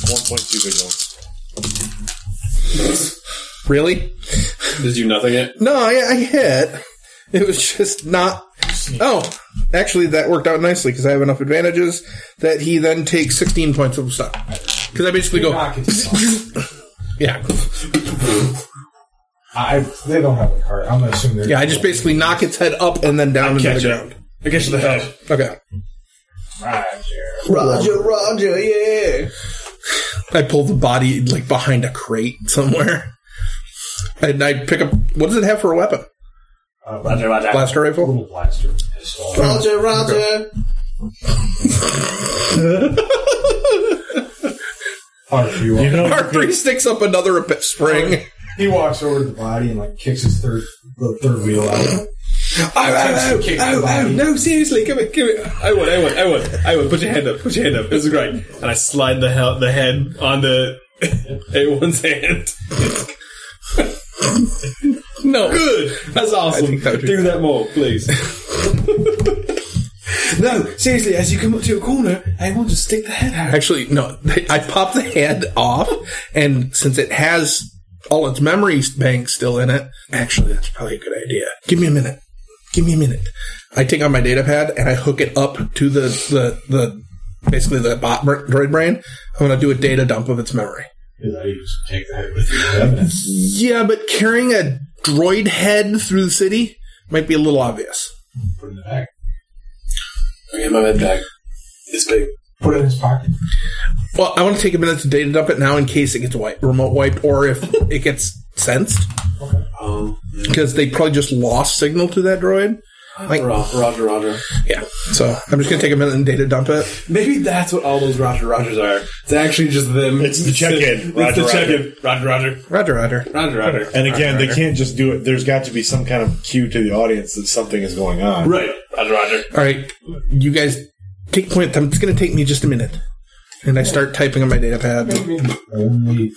One point two vigilance. Really? Did you nothing it? No, I, I hit. It was just not. Oh, actually, that worked out nicely because I have enough advantages that he then takes 16 points of stuff. Because I basically go. Knock it off. <laughs> Yeah. I, they don't have a card. I'm gonna assume they're. Yeah, I just basically knock its head up and then down into the ground. Oh, I guess the head. Okay. Right, Roger, Roger, yeah. I pull the body like behind a crate somewhere. <laughs> And I pick up. What does it have for a weapon? uh, Roger, Blaster rifle? Little blaster pistol. Roger, Roger. Hard for you. You know, Harper sticks up another <laughs> ep- spring. He walks over to the body and like kicks his third the third wheel out. Oh, Kicks the oh, oh, body. no, seriously, come here, come here. I won, I won, I won, I won. Put your hand up, put your hand up. This is great. And I slide the, hell, the head on the <laughs> everyone's hand. No. Good. That's awesome. that would be Do that more, please. No, seriously, as you come up to a corner, everyone just stick the head out. Actually, no. I popped the head off, and since it has all its memory banks still in it, actually, that's probably a good idea. Give me a minute. Give me a minute. I take out my data pad and I hook it up to the the, the basically the bot br- droid brain. I'm gonna do a data dump of its memory. Is that you just take that with you as evidence? Yeah, but carrying a droid head through the city might be a little obvious. Put it in the bag. Okay, my med bag. It's big. Put it in his pocket. Well, I want to take a minute to data dump it now in case it gets wiped, remote wiped, <laughs> or if it gets sensed. Um, Oh, because they probably just lost signal to that droid. Like, Ro- Roger, Roger. yeah. So I'm just gonna take a minute and data dump it. <laughs> Maybe that's what all those Roger Rogers are. It's actually just them. It's the check-in. It's Roger, the Roger. check-in. Roger, Roger. Roger, Roger. Roger, Roger. and again, they can't just do it. There's got to be some kind of cue to the audience that something is going on. Right. Roger, Roger. All right, you guys take point. I'm, it's gonna take me just a minute, and I start typing on my data pad. Maybe the only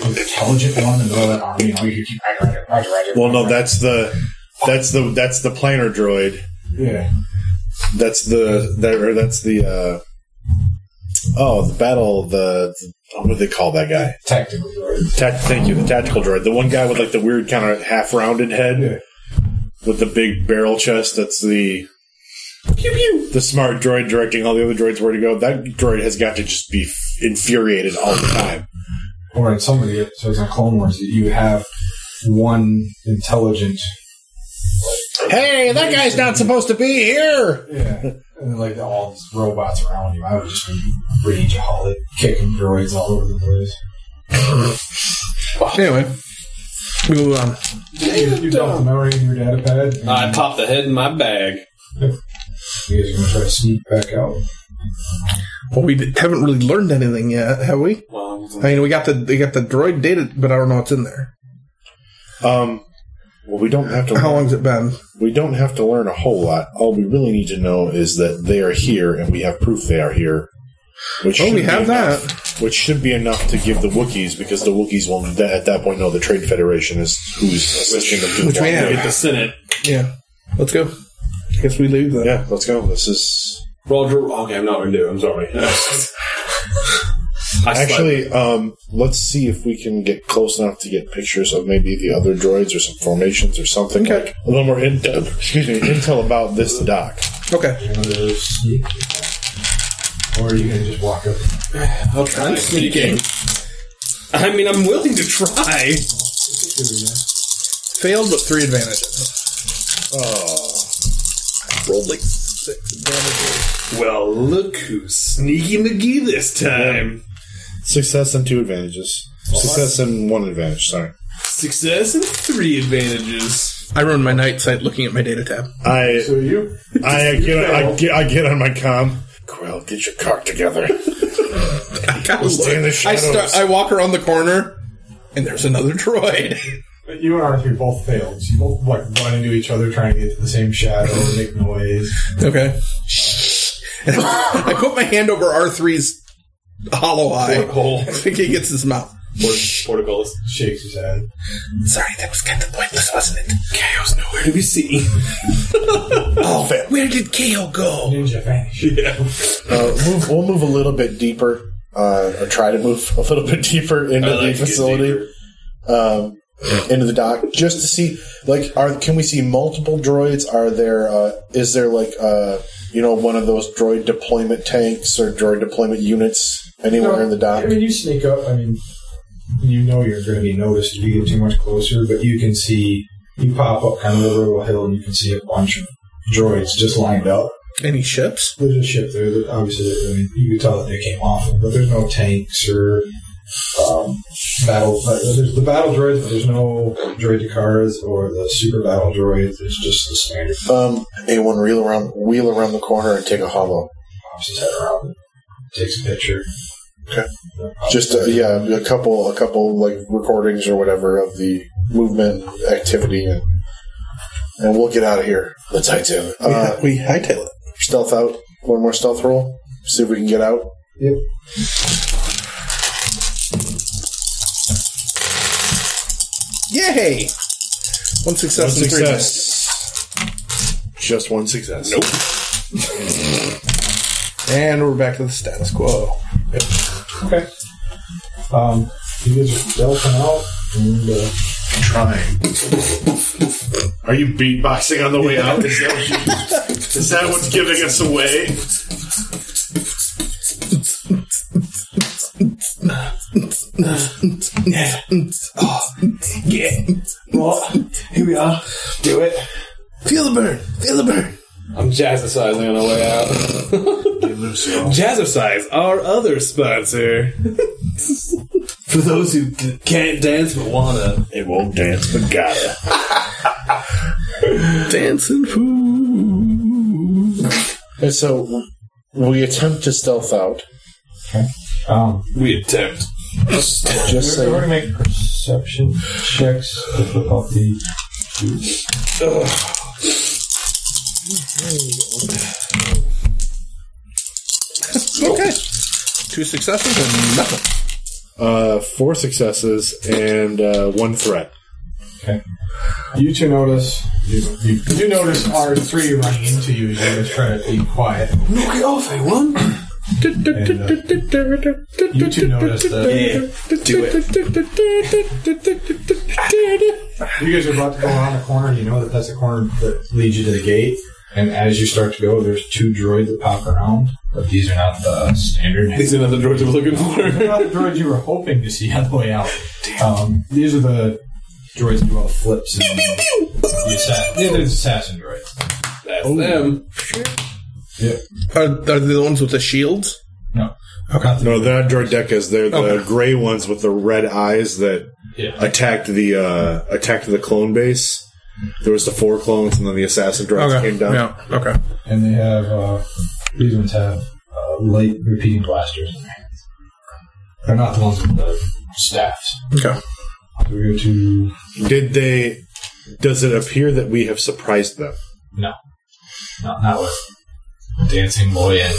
the intelligent one in the middle of that army, and all you hear keep Roger, Roger, Roger, Roger. Well, no, that's the that's the that's the planar droid. Yeah. That's the that, or that's the uh, oh the battle the, the what do they call that guy? Tactical droid. Tact- thank you, the tactical droid. The one guy with like the weird kind of half rounded head with the big barrel chest. That's the the smart droid directing all the other droids where to go. That droid has got to just be f- infuriated all the time. Or in some of the episodes on Clone Wars, you have one intelligent Hey, that guy's not supposed to be here. Yeah. And then, like all these robots around you, I would just be rage holic, kicking droids all over the place. Anyway, we move on. Yeah, you, you dump the memory in your data pad. And I popped the head in my bag. You guys are gonna try to sneak back out. Well, we d- haven't really learned anything yet, have we? I mean, we got the we got the droid data, but I don't know what's in there. Um, well, we don't have to. How long's it been? We don't have to learn a whole lot. All we really need to know is that they are here, and we have proof they are here. Which Oh, should we be have enough- Which should be enough to give the Wookiees, because the Wookiees will th- at that point know the Trade Federation is who's assisting them. to Which we block have. it. Hit the Senate. Yeah, let's go. Guess we leave then. Yeah, let's go. This is Roger. Okay, I'm not going to do it. <laughs> I'm sorry. I actually. Um, let's see if we can get close enough to get pictures of maybe the other droids or some formations or something. Okay. Like a little more in- excuse me, intel about this dock. Okay, Another sneak. Or you can just walk up. I'll try sneaking. I mean, I'm willing to try. failed but three advantages. Oh, rolled like six advantages. Well, look who's sneaky McGee this time. Success and two advantages. Success and one advantage. Sorry. Success and three advantages. I ruined my night sight looking at my data tab. <laughs> I So you? <laughs> I get, I get I get on my com. Quill, get your <laughs> cock together. Stay in the I shadows. start. I walk around the corner, and there's another <laughs> droid. You and R three both failed. You both like run into each other trying to get to the same shadow and make noise. okay. <laughs> I put my hand over R3's hollow eye. Porthole. I think <laughs> he gets his mouth. Portacles. Shakes his head. Sorry, that was kind of pointless, wasn't it? Chaos nowhere to be seen. Oh, Where did KO go? Ninja vanish. Uh, move, we'll move a little bit deeper, uh, or try to move <laughs> a little bit deeper into like to the get facility, um, into the dock, just to see. Like, are can we see multiple droids? Are there? Uh, is there like uh, you know one of those droid deployment tanks or droid deployment units anywhere in the dock? I mean, you sneak up. I mean, you know you're going to be noticed if you get too much closer, but you can see you pop up kind of over a little hill, and you can see a bunch of droids just lined up. Any ships? There's a ship there that obviously I mean, you could tell that they came off, of, but there's no tanks or um, battle. uh, There's the battle droids, but there's no droid Dakars or the super battle droids. It's just the standard. Um, A1, reel around, wheel around the corner and take a hollow. Pops his head around, takes a picture. Okay. Just uh, yeah, a couple, a couple like recordings or whatever of the movement activity, and and we'll get out of here. Let's hightail it. Uh, we hightail it. Stealth out. One more stealth roll. See if we can get out. Yep. Yay! One success and three misses. Just one success. Nope. And we're back to the status quo. Okay. Um, you guys are delving out, and uh, Trying. Are you beatboxing on the way out? Is that, what you, is that what's giving us away? Yeah. Oh, What? Here we are. Do it. Feel the burn. Feel the burn. I'm jazzercising on the way out. Jazzercise, our other sponsor. For those who c- can't dance but wanna. It won't dance, but gotta. Dancing fool. And so we attempt to stealth out. um, We attempt. Just we're so going to make perception checks difficulty. Okay. Two successes and nothing. uh, four successes, and uh, one threat. You two notice. You, you, you notice R three running into you as you guys try to be quiet. Knock it off, I won. And, uh, you two notice that Do it. you guys are about to go around the corner. You know that that's the corner that leads you to the gate. And as you start to go, there's two droids that pop around, but these are not the standard. These are not the droids I was looking for. They're not the droids you were hoping to see on the way out. Um, these are the droids that do all the flips. And the assa- yeah, they're the assassin droids. That's them. Are, are they the ones with the shields? No. Okay. No, that droid deck is they're the gray ones with the red eyes that Yeah. attacked the uh, attacked the clone base. There was the four clones, and then the assassin droids came down. Yeah. Okay. And they have, uh, these ones have uh, light repeating blasters in their hands. They're not the ones with the staffs. Okay. Do we go to. Did they? Does it appear that we have surprised them? No. Not, not with Dancing Boy and.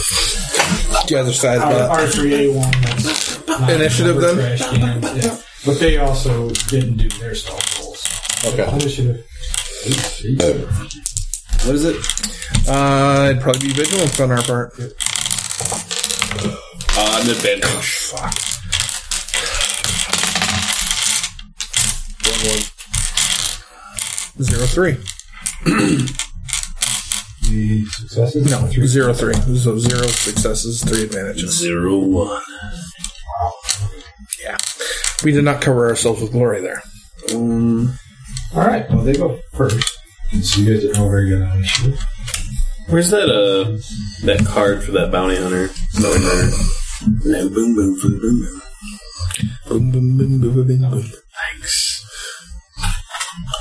The other side. but- R3A1 <laughs> Initiative, then? then? Yeah. But they also didn't do their stall rolls. Okay. Initiative. What is it? Uh, it'd probably be vigilance on our part. Uh, an advantage. Zero three. The successes? No, Three. zero three. So zero successes, three advantages. Zero one. Yeah. We did not cover ourselves with glory there. All right. Well, they go first. And so you guys didn't know very good on initiative. Where's that uh that card for that bounty hunter? No, boom, boom, boom, boom, boom. Boom, boom, boom, boom, boom, boom, boom. Thanks.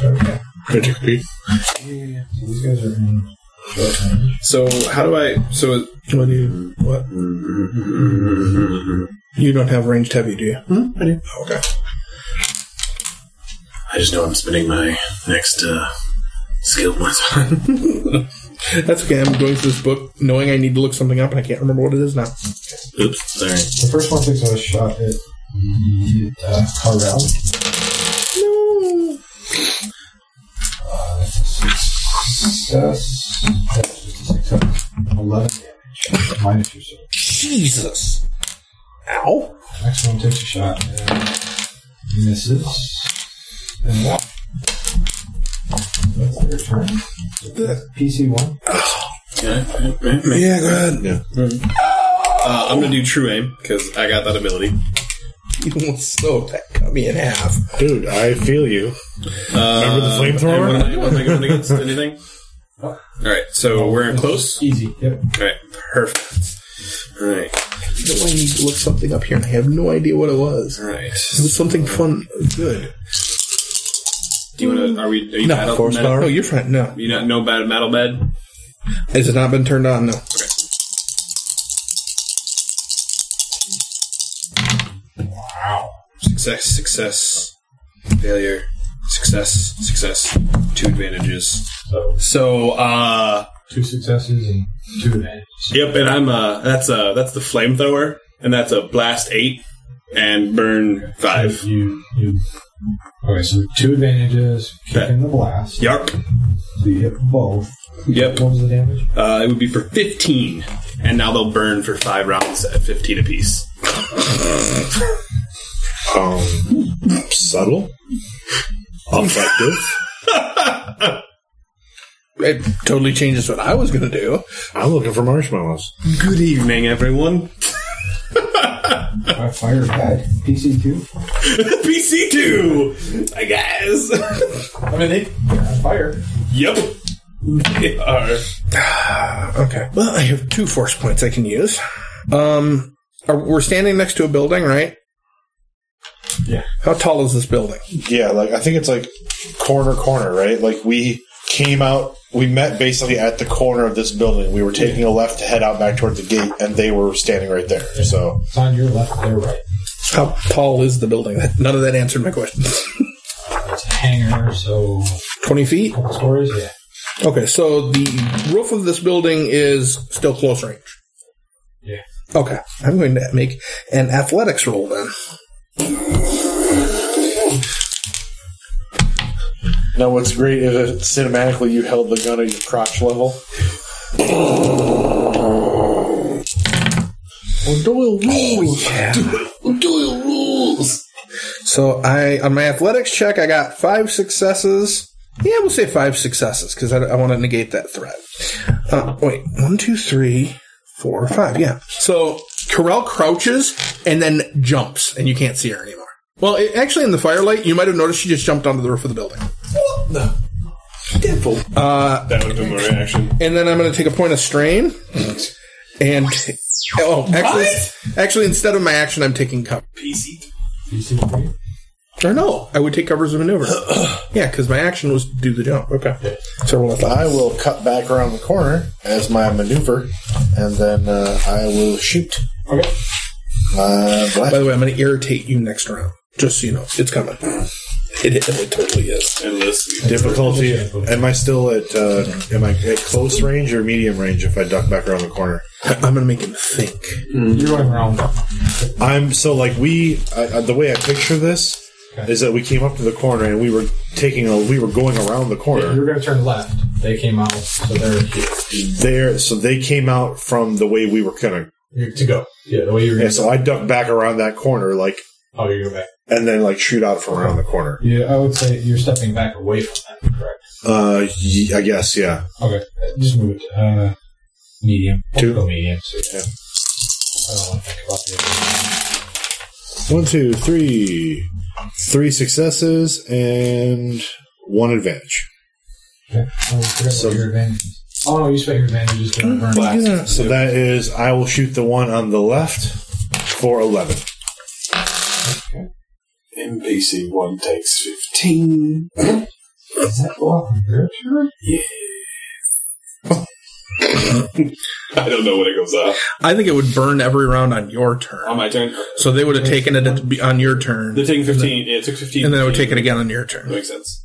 So these guys are in short range. So how do I? So What do you? What? You don't have ranged heavy, do you? I just know I'm spending my next uh, skill points on. <laughs> That's okay. I'm going through this book knowing I need to look something up and I can't remember what it is now. Oops, sorry. The first one takes a shot at uh, Carvel. No. Uh, Success. That's just a success. Eleven damage. Minus your soul. Jesus. <laughs> Ow. Next one takes a shot and misses. And what? That's their turn. PC one. Yeah, right, right, right. Yeah, go ahead. Uh, I'm gonna do true aim because I got that ability. You don't slow that cut me in half. Dude, I feel you. Remember the And what am I, flamethrower? what am I going against? Anything? All right, so we're in close. Easy. Yep. All right, perfect. All right, You know, I need to look something up here and I have no idea what it was. all right. It was something fun, good. Do you want to? Are we? Are you No, battle, force metal- power. No, you're fine. No, You not no bad metal bed? has it not been turned on? No. Success, success, failure, success, success. Two advantages. So So, uh, two successes and two advantages. yep, and I'm uh, that's uh, that's the flamethrower, and that's a blast eight and burn five. You you. Okay, so two advantages. Kick Okay. in the blast. Yarp. So you hit both. Yep. What was the damage? Uh, it would be for 15, and now they'll burn for five rounds at 15 apiece. Um, <laughs> subtle, effective. It totally changes what I was going to do. I'm looking for marshmallows. Good evening, everyone. I fire back. PC <laughs> two. PC two, I guess. I mean they fire. yep. They are. Okay. Well, I have two force points I can use. Um, are, we're standing next to a building, right? Yeah. How tall is this building? Yeah, like I think it's like corner corner, right? Like we came out, we met basically at the corner of this building. We were taking a left to head out back toward the gate, and they were standing right there. So It's on your left, their right. How tall is the building? <laughs> None of that answered my question. <laughs> It's a hangar, so Twenty feet. couple stories. Yeah. Okay, so the roof of this building is still close range. Yeah. Okay, I'm going to make an athletics roll then. Now, what's great is that cinematically you held the gun at your crotch level. Doyle rules. Doyle rules. So I on my athletics check, I got five successes. Yeah, we'll say five successes because I, want to negate that threat. Uh, wait, one, two, three, four, five. Yeah. So Corell crouches and then jumps, and you can't see her anymore. Well, it, actually, in the firelight, you might have noticed she just jumped onto the roof of the building. What the devil? Uh, That would have been my reaction. and then I'm going to take a point of strain. And oh, actually, actually, instead of my action, I'm taking cover. PC. Or no, I would take covers of maneuver. yeah, because my action was do the jump. Okay, so roll a thought. I will cut back around the corner as my maneuver, and then uh, I will shoot. Okay. Uh, black. By the way, I'm going to irritate you next round, just so you know it's coming. It, it, it totally is. Unless Difficulty. Am I still at? Uh, am I at close range or medium range if I duck back around the corner? I- I'm going to make him think. Mm, You're running around. I'm so like we. I, I- the way I picture this is that we came up to the corner and we were taking a. We were going around the corner. You're going to turn left. They came out, so they're here. there, so they came out from the way we were gonna. You're to go. Oh, Yeah, the way you're Yeah, going to so I duck back around that corner, like, Oh, you're going back. and then like shoot out from around the corner. Yeah, I would say you're stepping back away from that, correct? Uh, y- I guess, yeah. Okay, uh, just move it. Uh, medium. Two. Go medium. So, Yeah. I don't want to think about the One, two, three, three successes and one advantage. Okay. I forgot So- what your advantage is. Oh, no, you spent your advantage just to burn black. Yeah, So that is, I will shoot the one on the left for eleven. NPC one takes fifteen. Is that block on your turn? I don't know when it goes up. I think it would burn every round on your turn. On my turn, So they would have taken it at, the- on your turn, they're taking fifteen. Yeah, it took fifteen, and then I would take it again on your turn. Makes sense.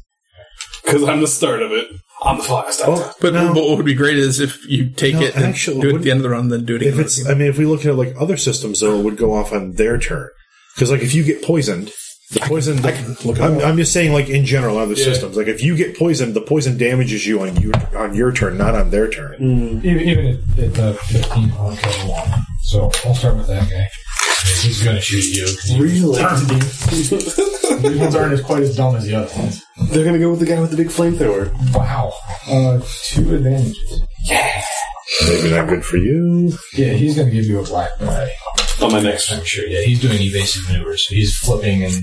Because I'm the start of it. I'm the flyest. Oh. But No. what would be great is if you take No, it, and actually, do it at wouldn't- the end of the round, then do it again. If it's, I mean, if we look at like other systems, though, it would go off on their turn because, like, if you get poisoned, the poison. I can, look I'm, I'm just saying, like in general, other systems, like if you get poisoned, the poison damages you on your on your turn, not on their turn. Mm. Even, even at, at the 15, I don't kill one. So I'll start with that guy. He's going to shoot you. 'cause he was armed. <laughs> These ones aren't as quite as dumb as the other ones. They're gonna go with the guy with the big flamethrower. Wow. Uh, two advantages. Maybe not good for you. Yeah, he's going to give you a black die. On my next I'm sure. Yeah, he's doing evasive maneuvers. So he's flipping and,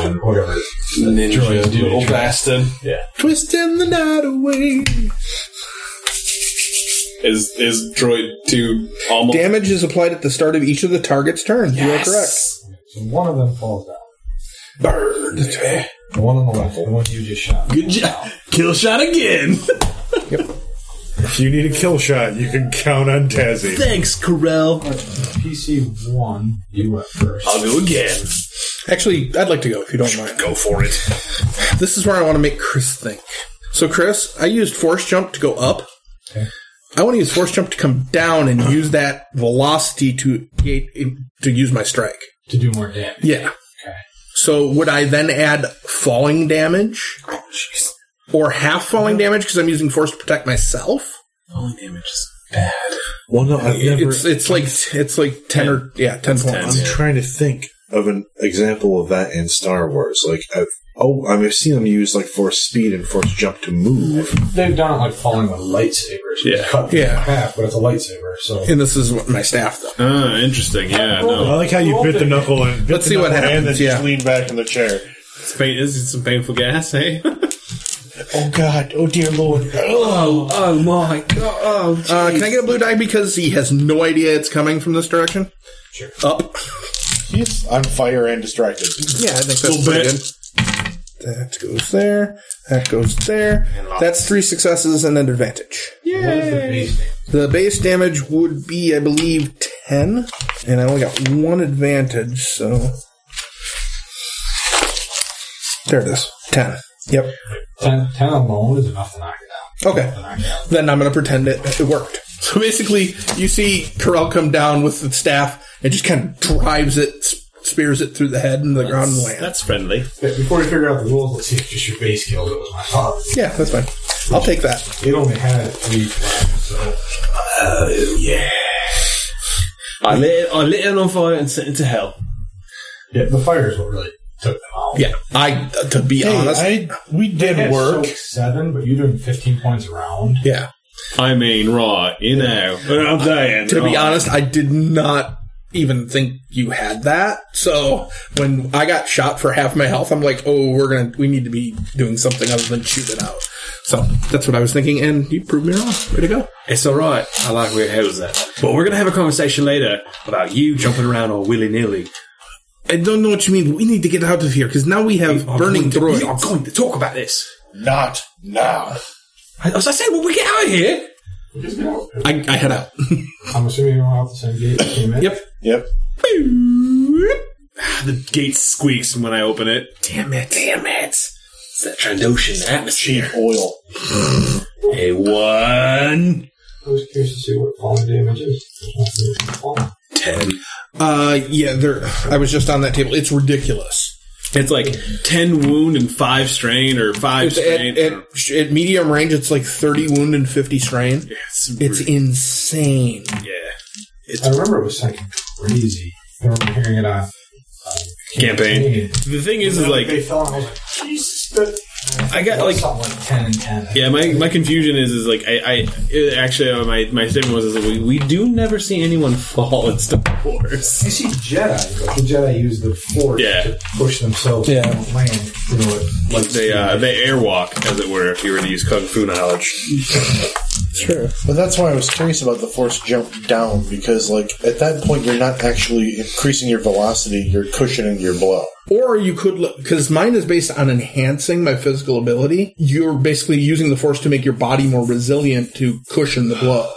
and whatever. Droids do little to try- bastard. Yeah. Twisting the night away. Is is droid two almost? Damage is applied at the start of each of the target's turns. You are correct. So one of them falls down. Bird. The one on the left, the one you just shot. <laughs> Good job. Kill shot again. If you need a kill shot, you can count on Tazzy. Thanks, Corell. PC one, you went first. I'll go again. Actually, I'd like to go if you don't mind. Go for it. This is where I want to make Chris think. So, Chris, I used force jump to go up. Okay. I want to use force jump to come down and use that velocity to create- to use my strike. To do more damage. Yeah. Okay. So, would I then add falling damage? Or half falling damage because I'm using force to protect myself. Only damage is Well, no, I've never. It's it's like it's like ten or yeah ten points. I'm trying to think of an example of that in Star Wars. Like, I've, oh, I've seen them use like force speed and force jump to move. They've done it like falling with lightsabers. Yeah. Cut them Yeah. in half, but it's a lightsaber, so. And this is what my staff though. Ah, interesting. Yeah, no. I like how you bit the knuckle and bit Let's the see what knuckle happens, and then yeah. just lean back in the chair. It's pain, this is some painful gas, eh? <laughs> Oh God! Oh dear Lord! oh, oh my god. Oh, Uh, can I get a blue die because he has no idea it's coming from this direction? Sure. Up. He's on fire and distracted. Yeah, I think that's pretty good. That goes there. That goes there. That's three successes and an advantage. The base damage would be, I believe, ten, and I only got one advantage, so there it is, ten. Yep. Ten, ten alone is enough to knock it Okay. down. Knock it out. Then I'm gonna pretend it, it worked. So basically, you see Corell come down with the staff and just kind of drives it spears it through the head and the ground and land. That's friendly. Before we figure out the rules, let's see if just your base kills it was my thought. Yeah, that's fine. I'll take that. It only had three flags, so. Oh yeah. I lit it, I lit it on fire and sent it to hell. Yeah, the fire is what really took them out. Yeah, I to be honest, we They did had work. soak seven, but you're doing 15 points around. yeah, I mean, right, you know. Uh, I'm Oh. saying. to be right. honest, I did not even think you had that. So when I got shot for half my health, I'm like, oh, we're gonna we need to be doing something other than shoot it out. So that's what I was thinking, and you proved me wrong. Way to go! It's all right. I like where it was at. But we're going to have a conversation later about you jumping around all willy nilly. I don't know what you mean. but We need to get out of here because now we have burning We are droids. going to talk about this. Not now. As I said, when we get out of here, I, I head out. I'm assuming you're out the same gate that came in. yep. Yep. the gate squeaks when I open it. Damn it! Damn it! It's that Trandoshan atmosphere. Oil. A one. I was curious to see what falling damage is. Ten. Uh, yeah, there. I was just on that table. It's ridiculous. It's like ten wound and five strain, or five It's at, strain. at, at medium range, it's like thirty wound and fifty strain. it's, It's insane. yeah. I remember it was something crazy. I remember hearing it on uh, Campaign. The thing is, is like they fell and I was like, Jesus, that I got like something like 10 and 10. Yeah, my, my confusion is is like I, I it, actually uh, my, my statement was is like, we, we do never see anyone <laughs> fall in Star Wars. You see Jedi, but the Jedi use the force Yeah. to push themselves Yeah. to land through it. Like they uh, they airwalk, as it were, if you were to use kung fu knowledge. Sure. But that's why I was curious about the force jump down because, like, at that point, you're not actually increasing your velocity; you're cushioning your blow. Or you could look because mine is based on enhancing my physical ability. You're basically using the force to make your body more resilient to cushion the blow.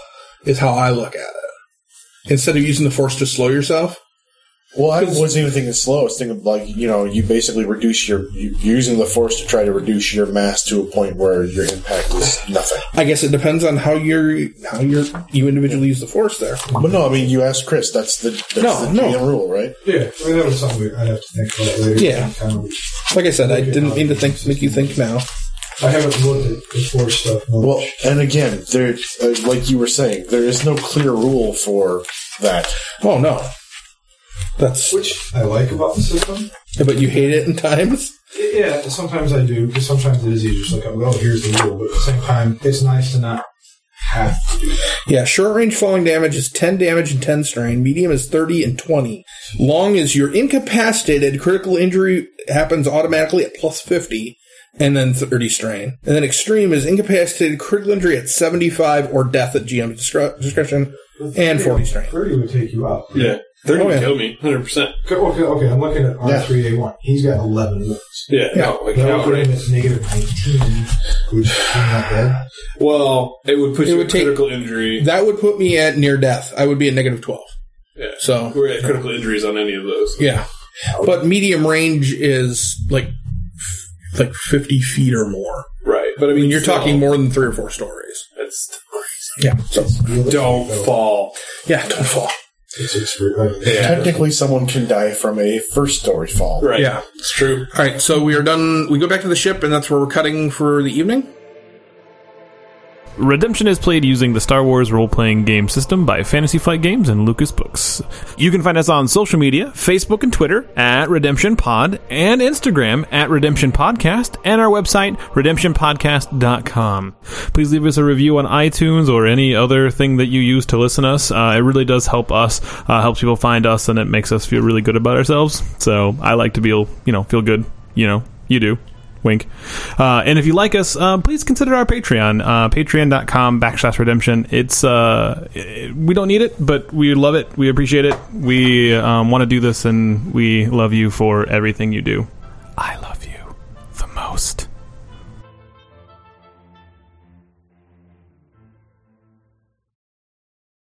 Is how I look at it. Instead of using the force to slow yourself. Well, I wasn't even thinking slow. I was thinking like you know, you basically reduce your you using the force to try to reduce your mass to a point where your impact is nothing. I guess it depends on how you're how you're you individually use the force there. But no, I mean, you asked Chris. That's the that's No, the no. GM rule, right? Yeah, I mean, that was something we- I'd have to think about later. Yeah. Kind of- Like I said, I didn't mean to think make you think now. I haven't looked at the force stuff. much. Well, and again, there, uh, like you were saying, there is no clear rule for that. Oh no. That's which I like about the system. but you hate it in times. Yeah, sometimes I do, because sometimes it is easier. It's like, oh, here's the rule. But at the same time, it's nice to not have to do that. Yeah, short range falling damage is 10 damage and 10 strain. Medium is 30 and 20. Long is you're incapacitated. Critical injury happens automatically at plus 50 and then 30 strain. And then extreme is incapacitated critical injury at 75 or death at GM discre- discretion and 40 strain. 30 would take you out. Yeah, they're Oh, gonna yeah. kill me, hundred percent. Okay, okay, okay, I'm looking at R3A1. He's got 11 wounds. Yeah, no, like, That would put outright. him at negative 19, which is not bad. Well, it would put It you would at take- critical injury. That would put me at near death. I would be at negative 12. yeah. So, We're at critical injuries on any of those. yeah. But medium range is like f- like 50 feet or more. Right, but I mean, And you're still, talking more than three or four stories. That's Yeah. So, don't <laughs> fall. yeah, don't fall. It's, it's, uh, Technically, someone can die from a first story fall. Right. Yeah. it's true. All right, so we are done. We go back to the ship, and that's where we're cutting for the evening. Redemption is played using the Star Wars role playing game system by Fantasy Flight Games and Lucas Books. You can find us on social media Facebook and Twitter at Redemption Pod, and Instagram at Redemption Podcast, and our website, redemptionpodcast.com. Please leave us a review on iTunes or any other thing that you use to listen us. Uh, it really does help us, uh, helps people find us, and it makes us feel really good about ourselves. So I like to be, you know, feel good. You know, you do. Wink. Uh, and if you like us, uh, please consider our Patreon, uh, patreon.com backslash redemption. It's, uh, it- we don't need it, but we love it. We appreciate it. We um, want to do this, and we love you for everything you do. I love you the most.